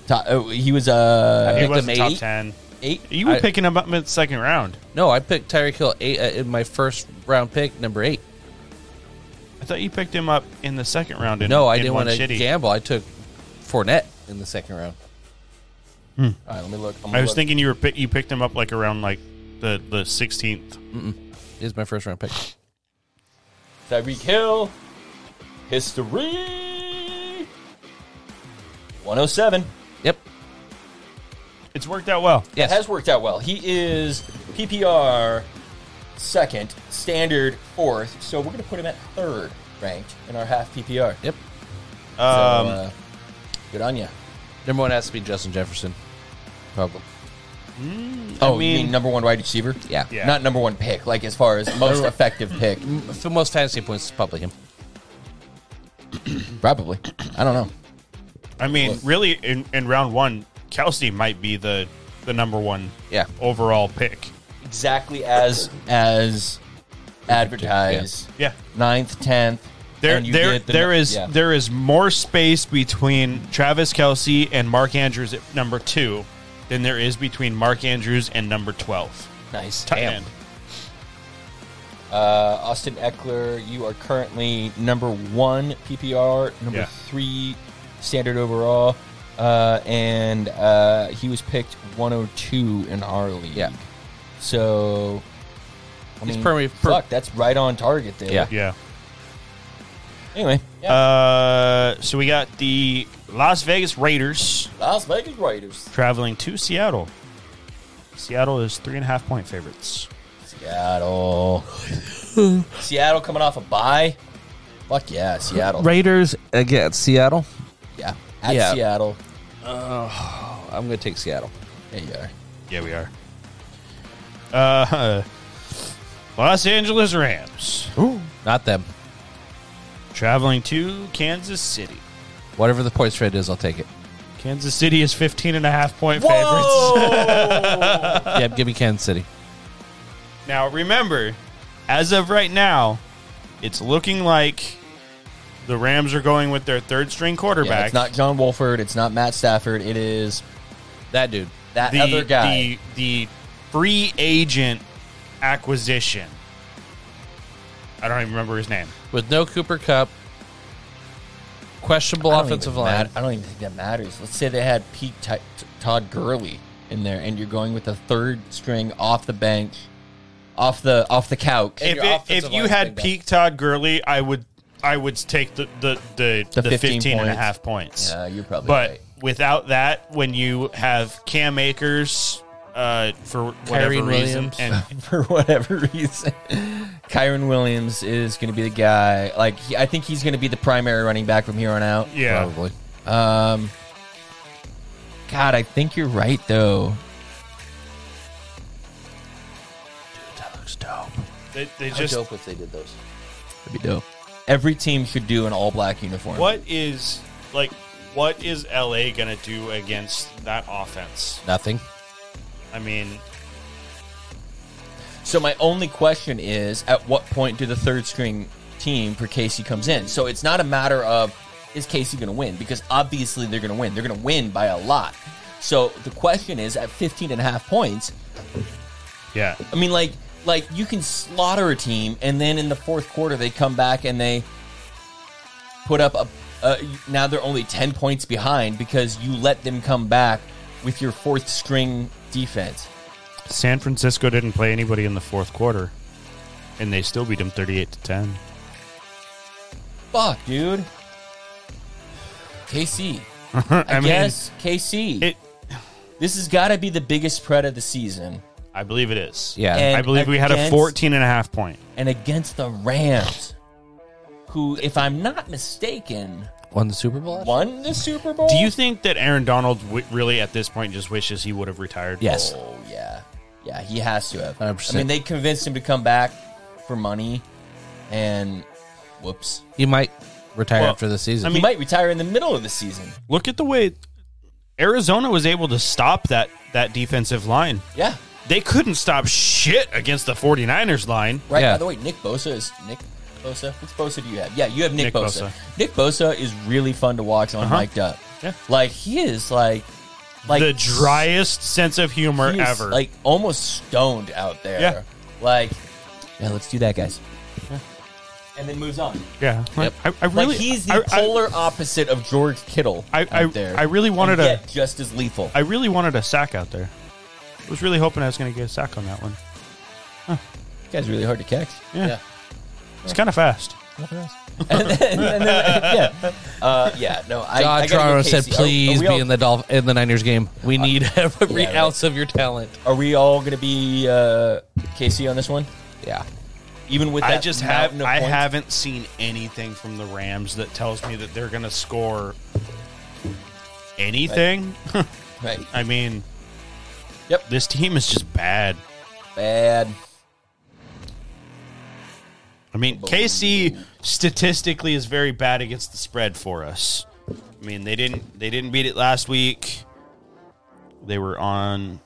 C: Top, oh, he was uh
A: he
B: picked
A: was
B: him
A: top
B: eight.
A: ten.
C: eight.
A: You were
B: I-
A: picking him up in the second round.
B: No, I picked Tyreek Hill eight uh, in my first round pick, number eight.
A: I thought you picked him up in the second round. In,
B: No, I
A: in
B: didn't
A: one
B: want to
A: shitty.
B: gamble. I took Fournette in the second round.
C: All right, let me look. I'm
A: I was
C: look.
A: thinking you were pick, you picked him up like around like the the sixteenth.
B: Is my first round pick.
C: Tyreek Hill. History. One oh seven.
B: Yep.
A: It's worked out well.
B: Yes.
C: It has worked out well. He is PPR second, standard fourth. So we're going to put him at third ranked in our half PPR.
B: yep.
C: So,
A: Um,
C: uh, good on you.
B: Number one has to be Justin Jefferson. Probably.
C: Oh, you mean number one wide receiver?
B: Yeah.
A: Mm, Yeah.
C: Not number one pick, like as far as most effective pick.
A: Mm-hmm.
B: For most fantasy points, it's probably him.
C: Probably. I don't know.
A: I mean, really, in, in round one, Kelsey might be the the number one
B: Yeah.
A: overall pick.
C: Exactly as as advertised.
A: Yeah,
C: Ninth, tenth.
A: there
C: and you
A: there
C: get the-
A: there is
C: yeah.
A: there is more space between Travis Kelsey and Mark Andrews at number two than there is between Mark Andrews and number twelve.
C: nice.
A: Tight end.
C: Uh, Austin Eckler, you are currently number one PPR, number
A: Yeah.
C: three standard overall, uh, and uh, he was picked 102 in our league.
B: Yeah.
C: So, I
B: He's
C: mean,
B: probably-
C: fuck, that's right on target there.
B: Yeah.
A: Yeah.
C: Anyway, yeah.
A: Uh, so we got the Las Vegas Raiders
C: Las Vegas Raiders.
A: traveling to Seattle. Seattle is three and a half point favorites.
C: Seattle. Seattle coming off a bye. Fuck yeah, Seattle.
B: Raiders against Seattle.
C: Yeah. At
B: Yeah.
C: Seattle.
B: I'm going to take Seattle.
C: There you are.
A: Yeah, we are. Uh, Los Angeles Rams
B: Not them.
A: traveling to Kansas City.
B: Whatever the point spread is, I'll take it.
A: Kansas City is 15 and a half point
B: yep. Give me Kansas City.
A: favorites. Now, remember, as of right now, it's looking like the Rams are going with their third string
C: Yeah,
A: quarterback.
C: it's not John Wolford. It's not Matt Stafford. It is
B: That dude.
C: that
A: the,
C: other guy.
A: The, the free agent acquisition. I don't even remember his name.
B: With no Cooper Cup. Questionable
C: I don't
B: offensive
C: even
B: line.
C: mat- I don't even think that matters. Let's say they had Pete T- T- Todd Gurley in there, and you're going with the third string off the bench, off the off the couch.
A: if,
B: your
A: it,
B: offensive
A: if you
B: line's
A: had
B: big guy.
A: peak Todd Gurley, I would I would take the the the,
C: The
A: the,
C: 15
A: 15, and a
C: points.
A: half points.
C: Yeah, you're probably
A: but
C: right.
A: without that, when you have Cam Akers uh, for whatever
B: Kyren
A: reason,
B: Williams.
A: and
C: for whatever reason, Kyron Williams is going to be the guy. Like he, I think he's going to be the primary running back from here on out.
A: yeah,
B: Probably.
C: Um, God, I think you're right though.
B: That looks dope.
A: they, they
B: How
A: just
B: dope if they did those.
C: That'd be dope. Every team should do an all black uniform.
A: what is like what is LA gonna do against that offense?
B: Nothing.
A: I mean,
C: So my only question is, at what point do the third string team for Casey comes in? So it's not a matter of is Casey going to win because obviously they're going to win. They're going to win by a lot. So the question is, at 15 and a half points,
A: yeah,
C: I mean, like, like you can slaughter a team, and then in the fourth quarter they come back and they put up a. Uh, now they're only 10 points behind because you let them come back with your fourth string defense.
A: San Francisco didn't play anybody in the fourth quarter, and they still beat them thirty-eight to ten.
C: Fuck, dude. KC.
A: I,
C: I,
A: mean,
C: guess KC.
A: it.
C: this has got to be the biggest spread of the season.
A: I believe it is.
B: Yeah.
C: And
A: I believe we had a
C: against-
A: 14 and a half point.
C: And against the Rams, who, if I'm not mistaken,
B: Won the Super Bowl?
C: won the Super Bowl.
A: Do you think that Aaron Donald w- really at this point just wishes he would have retired?
B: Yes.
C: Oh, yeah. Yeah, he has to have.
B: 100%.
C: I mean, they convinced him to come back for money, and whoops.
B: He might. retire
A: Well,
B: after the season.
A: I
C: He
A: mean-
C: might retire in the middle of the season.
A: Look at the way Arizona was able to stop that that defensive line.
C: Yeah.
A: They couldn't stop shit against the 49ers line.
C: Right.
B: Yeah.
C: By the way, Nick Bosa is Nick Bosa. Which Bosa do you have? Yeah, you have Nick,
A: Nick
C: Bosa.
A: Bosa. Uh-huh.
C: Nick Bosa is really fun to watch on Mic'd Up.
A: Yeah.
C: Like he is like like
A: the driest sense of humor
C: he is,
A: ever.
C: Like almost stoned out there.
A: Yeah.
C: Like yeah, let's do that, guys. And then moves on.
A: yeah.
B: Yep.
A: I, I really
C: like he's the
A: I- I-
C: polar opposite of George Kittle
A: I-
C: out
A: I-
C: there.
A: I really wanted
C: and
A: a-
C: yet just as lethal.
A: I really wanted a sack out there. I was really hoping I was going to get a sack on that one.
C: you guys are really hard to catch.
A: Yeah. It's kind of fast.
C: Uh, yeah, no,
B: John
C: I, I gotta go
B: Toronto said,
C: Casey. Are- are
B: "Please
C: we
B: be
C: all-
B: in the Dolph- in the Niners game. We need every
C: yeah, right.
B: ounce of your talent."
C: Are we all going to be uh, Casey on this one?
B: Yeah,
C: Even with
A: I
C: that
A: just have
C: mountain of
A: I
C: points?
A: haven't seen anything from the Rams that tells me that they're going to score anything.
C: right.
A: I mean,
C: Yep.
A: this team is just bad.
C: bad.
A: I mean, KC statistically is very bad against the spread for us. I mean, they didn't they didn't beat it last week. They were on.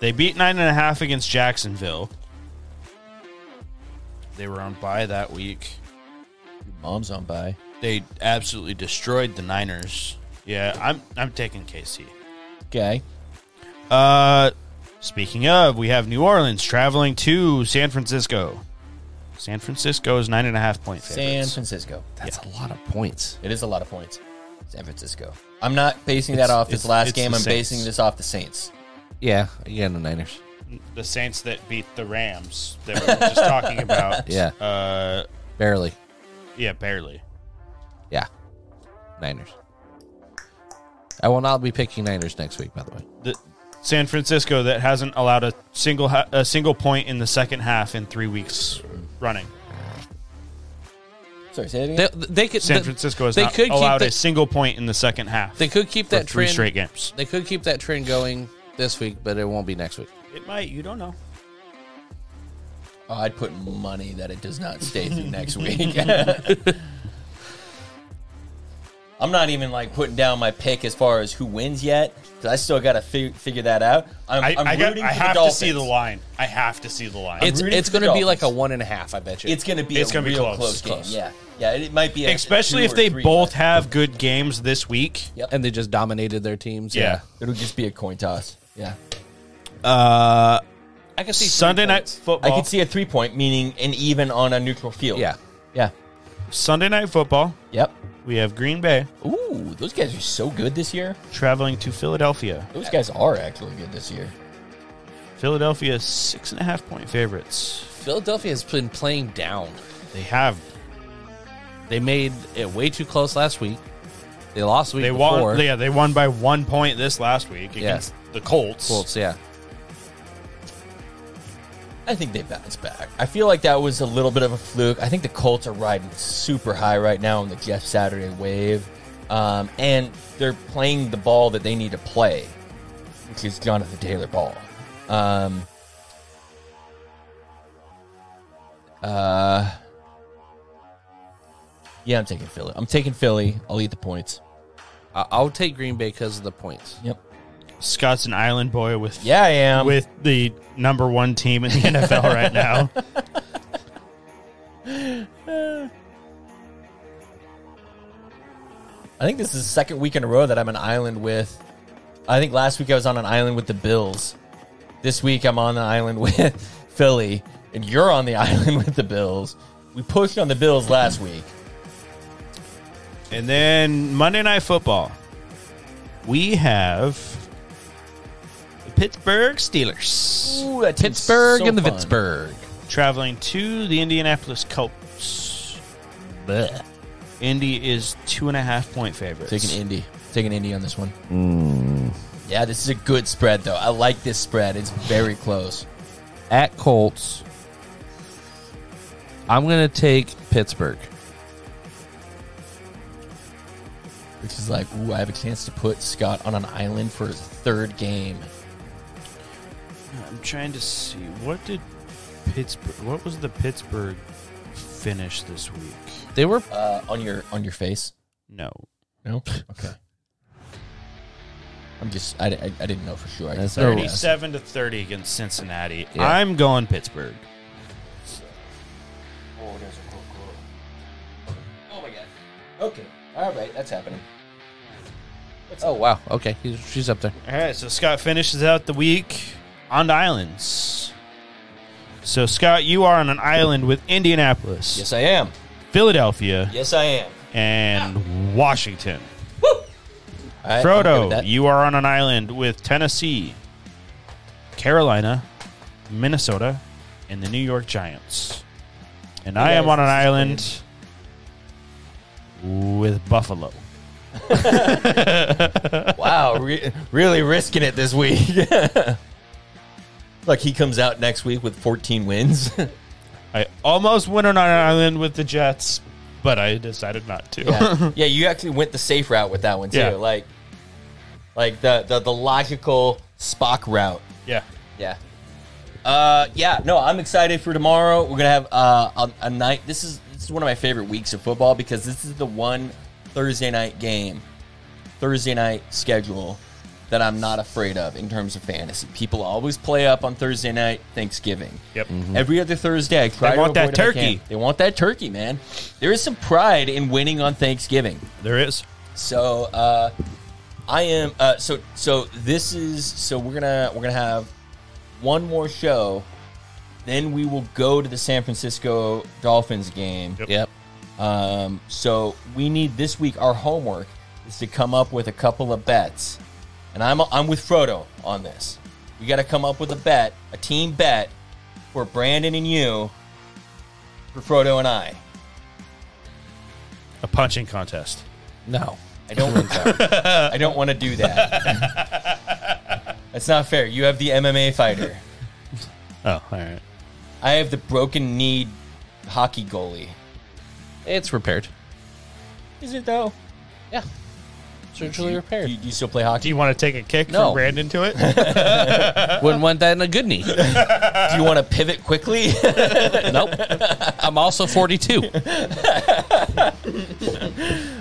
A: They beat nine and a half against Jacksonville. They were on bye that week.
C: Mom's on by.
A: They absolutely destroyed the Niners. Yeah, I'm I'm taking KC.
C: Okay.
A: Uh, speaking of, we have New Orleans traveling to San Francisco. San Francisco is nine and a half point
C: San
A: favorites.
C: Francisco.
B: that's a lot of points.
C: It is a lot of points. San Francisco. I'm not basing that off this
A: it's-
C: last
A: it's
C: game.
A: the
C: I'm basing
A: Saints.
C: this off the Saints.
B: Yeah, again the Niners.
A: the Saints that beat the Rams that we were just talking about.
B: Yeah,
A: Uh,
B: barely.
A: yeah, barely.
B: Yeah, Niners. I will not be picking Niners next week. By the way,
A: The San Francisco that hasn't allowed a single ha- a single point in the second half in three weeks running.
C: Sorry, say that again.
B: they, they could
A: San
B: they-
A: Francisco has
B: they
A: not
B: could keep
A: allowed a
B: the,
A: single point in the second half.
B: they could keep
A: for
B: that
A: three
B: trend.
A: straight games.
B: They could keep that trend going this week, but it won't be next week.
A: It might. You don't know.
C: Oh, I'd put money that it does not stay through next week. I'm not even like putting down my pick as far as who wins yet because I still got to fig- figure that out. I'm,
A: I,
C: am
A: I, got,
C: rooting
A: I
C: for
A: have
C: the
A: to
C: Dolphins.
A: see the line. I have to see the line.
B: It's
C: rooting
B: it's
C: for the
B: going to be like
C: Dolphins.
B: a one and a half. I bet you.
C: It's going to be
A: It's
C: a
A: gonna be
C: real
A: close.
C: close, game.
A: Close.
C: Yeah, yeah. It might be a
A: especially
C: two
A: if
C: or
A: they
C: three,
A: both
C: but
A: have good games this week.
B: and they just dominated their teams.
A: Yeah.
C: It'll just be a coin toss. Yeah.
B: I can see
A: Uh, Sunday night football.
C: I could see a three point, meaning an even on a neutral field.
B: Yeah,
C: Yeah.
A: Sunday night football.
C: Yep.
A: We have Green Bay
C: Ooh, those guys are so good this year.
A: traveling to Philadelphia.
C: Those guys are actually good this year.
A: Philadelphia is six and a half point favorites.
B: Philadelphia has been playing down.
A: They have
B: They made it way too close last week. They lost the week
A: they
B: before.
A: won. Yeah, they won by one point this last week against the Colts.
B: Colts, yeah.
C: I think they bounce back. I feel like that was a little bit of a fluke. I think the Colts are riding super high right now on the Jeff Saturday wave, um, and they're playing the ball that they need to play, which is Jonathan Taylor ball. Um, uh, yeah, I'm taking Philly. I'm taking Philly. I'll eat the points.
B: I- I'll take Green Bay because of the points.
C: Yep.
A: Scott's an island boy with
C: Yeah, I am.
A: with the number one team in the NFL right now.
C: I think this is the second week in a row that I'm an island with. I think last week I was on an island with the Bills. This week I'm on the island with Philly, and you're on the island with the Bills. We pushed on the Bills last week.
A: And then Monday Night Football, we have the Pittsburgh Steelers
C: Ooh, that team's
B: Pittsburgh
C: so
B: and the
C: fun.
B: Pittsburgh.
A: traveling to the Indianapolis Colts.
B: Bleh.
A: Indy is two and a half point favorites.
C: Taking Indy. Taking Indy on this one. Mm. Yeah, this is a good spread though. I like this spread. It's very close.
B: At Colts, I'm going to take Pittsburgh.
C: Which is like, ooh, I have a chance to put Scott on an island for his third game.
A: I'm trying to see what did Pittsburgh. What was the Pittsburgh finish this week?
B: They were
C: Uh, on your on your face.
A: No.
C: Oh,
J: No. Okay. I'm just. I, I, I didn't know for sure. I
B: That's
J: just
B: no-
J: started asking.
A: 37 to 30 against Cincinnati.
B: Yeah.
A: I'm going Pittsburgh.
C: Oh my god. Okay. All right. That's happening.
B: oh wow okay He's, she's up there
A: All right, so Scott finishes out the week on the islands. So Scott, you are on an island with Indianapolis,
C: Yes, I am.
A: Philadelphia,
C: Yes, I am.
A: and Washington.
C: All right, I'm good with
A: Frodo,
C: that.
A: you are on an island with Tennessee, Carolina, Minnesota, and the New York Giants. And I am
C: guys,
A: on an
C: this is
A: island with Buffalo.
C: Wow, re- really risking it this week. Look, he comes out next week with 14 wins.
A: I almost went on an island with the Jets, but I decided not to.
C: yeah. Yeah, you actually went the safe route with that one too.
A: Yeah.
C: Like, like the, the the logical Spock route.
A: yeah.
C: Yeah. Uh, yeah. No, I'm excited for tomorrow. We're gonna have uh, a, a night. This is this is one of my favorite weeks of football because this is the one Thursday night game, Thursday night schedule that I'm not afraid of in terms of fantasy. People always play up on Thursday night Thanksgiving.
A: Yep.
C: Every other Thursday, I try
A: They
C: to
A: want that
C: avoid if I
A: turkey.
C: can. They want that turkey, man. There is some pride in winning on Thanksgiving.
A: There is.
C: So uh, I am. Uh, so so this is. So we're gonna we're gonna have one more show. Then we will go to the San Francisco Dolphins game.
B: yep
C: Um, so we need this week. Our homework is to come up with a couple of bets, and I'm I'm with Frodo on this. We got to come up with a bet, a team bet for Brandon and you, for Frodo and I.
A: A punching contest.
B: no
C: I don't want that. I don't want to do that. That's not fair. You have the MMA fighter.
A: Oh, all right.
C: I have the broken knee hockey goalie.
B: it's repaired
C: Is it though?
B: yeah surgically
C: Do
B: repaired
C: you, do you still play hockey?
K: Do you want to take a kick
B: No.
K: from Brandon to it?
B: wouldn't want that in a good knee
C: Do you want to pivot quickly?
B: nope Uh, I'm also 42 and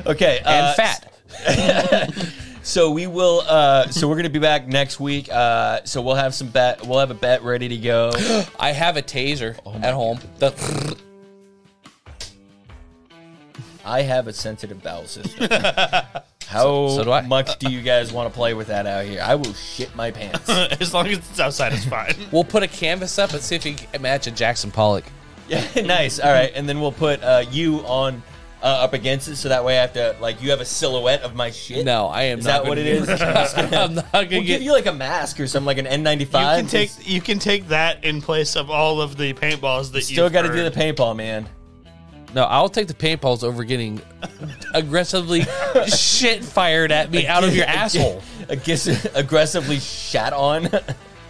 C: okay. uh,
B: fat
C: So we will. Uh, so we're gonna be back next week. Uh, so we'll have some bet. We'll have a bet ready to go.
B: I have a taser at home the
C: I have a sensitive bowel system. How
B: so do I.
C: much do you guys want to play with that out here? I will shit my pants.
A: as long as it's outside, it's fine.
B: We'll put a canvas up and see if you can match a Jackson Pollock.
C: Yeah, nice. All right, and then we'll put uh, you on uh, up against it, so that way I have to like you have a silhouette of my shit.
B: No, I am
C: is
B: not.
C: that what
B: gonna-
C: it is? we'll
B: I'm not gonna
C: give
B: get.
C: you like a mask or something, like an N95.
K: You can take you can take that in place of all of the paintballs that
C: Still
K: you've
C: got to do
K: earned.
C: the paintball, man.
B: no, I'll take the paintballs over getting aggressively shit fired at me out of your asshole.
C: Aggress- aggressively shat on.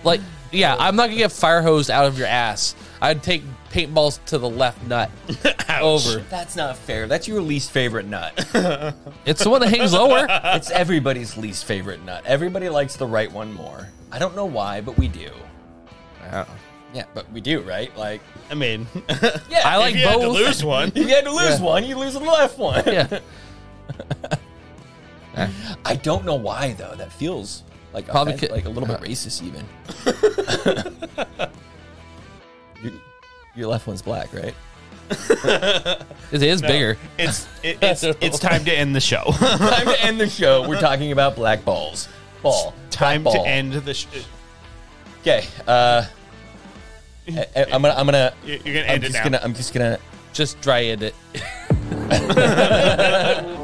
B: Like, yeah, I'm not gonna get fire hosed out of your ass. I'd take paintballs to the left nut. Over.
C: That's not fair. That's your least favorite nut.
B: It's the one that hangs lower.
C: it's everybody's least favorite nut. Everybody likes the right one more. I don't know why, but we do. Yeah, but we do, right? Like,
A: I mean,
C: yeah.
B: I like
A: you had to
B: both.
A: lose one.
C: if you had to lose one, you lose the left one.
B: Yeah,
C: I don't know why though. That feels like
B: Probably
C: offen-
B: could-
C: like a little bit racist even. your, your left one's black, right?
B: it is bigger.
A: It's it, it's it's time to end the show.
C: Time to end the show. We're talking about black balls. Ball. Black
A: time to
C: ball.
A: end the. Sh-
C: Okay. Uh, I, am gonna. I'm gonna.
A: you're gonna
C: I'm
A: end it
C: just
A: now.
C: gonna. I'm just gonna.
B: Just dry end it.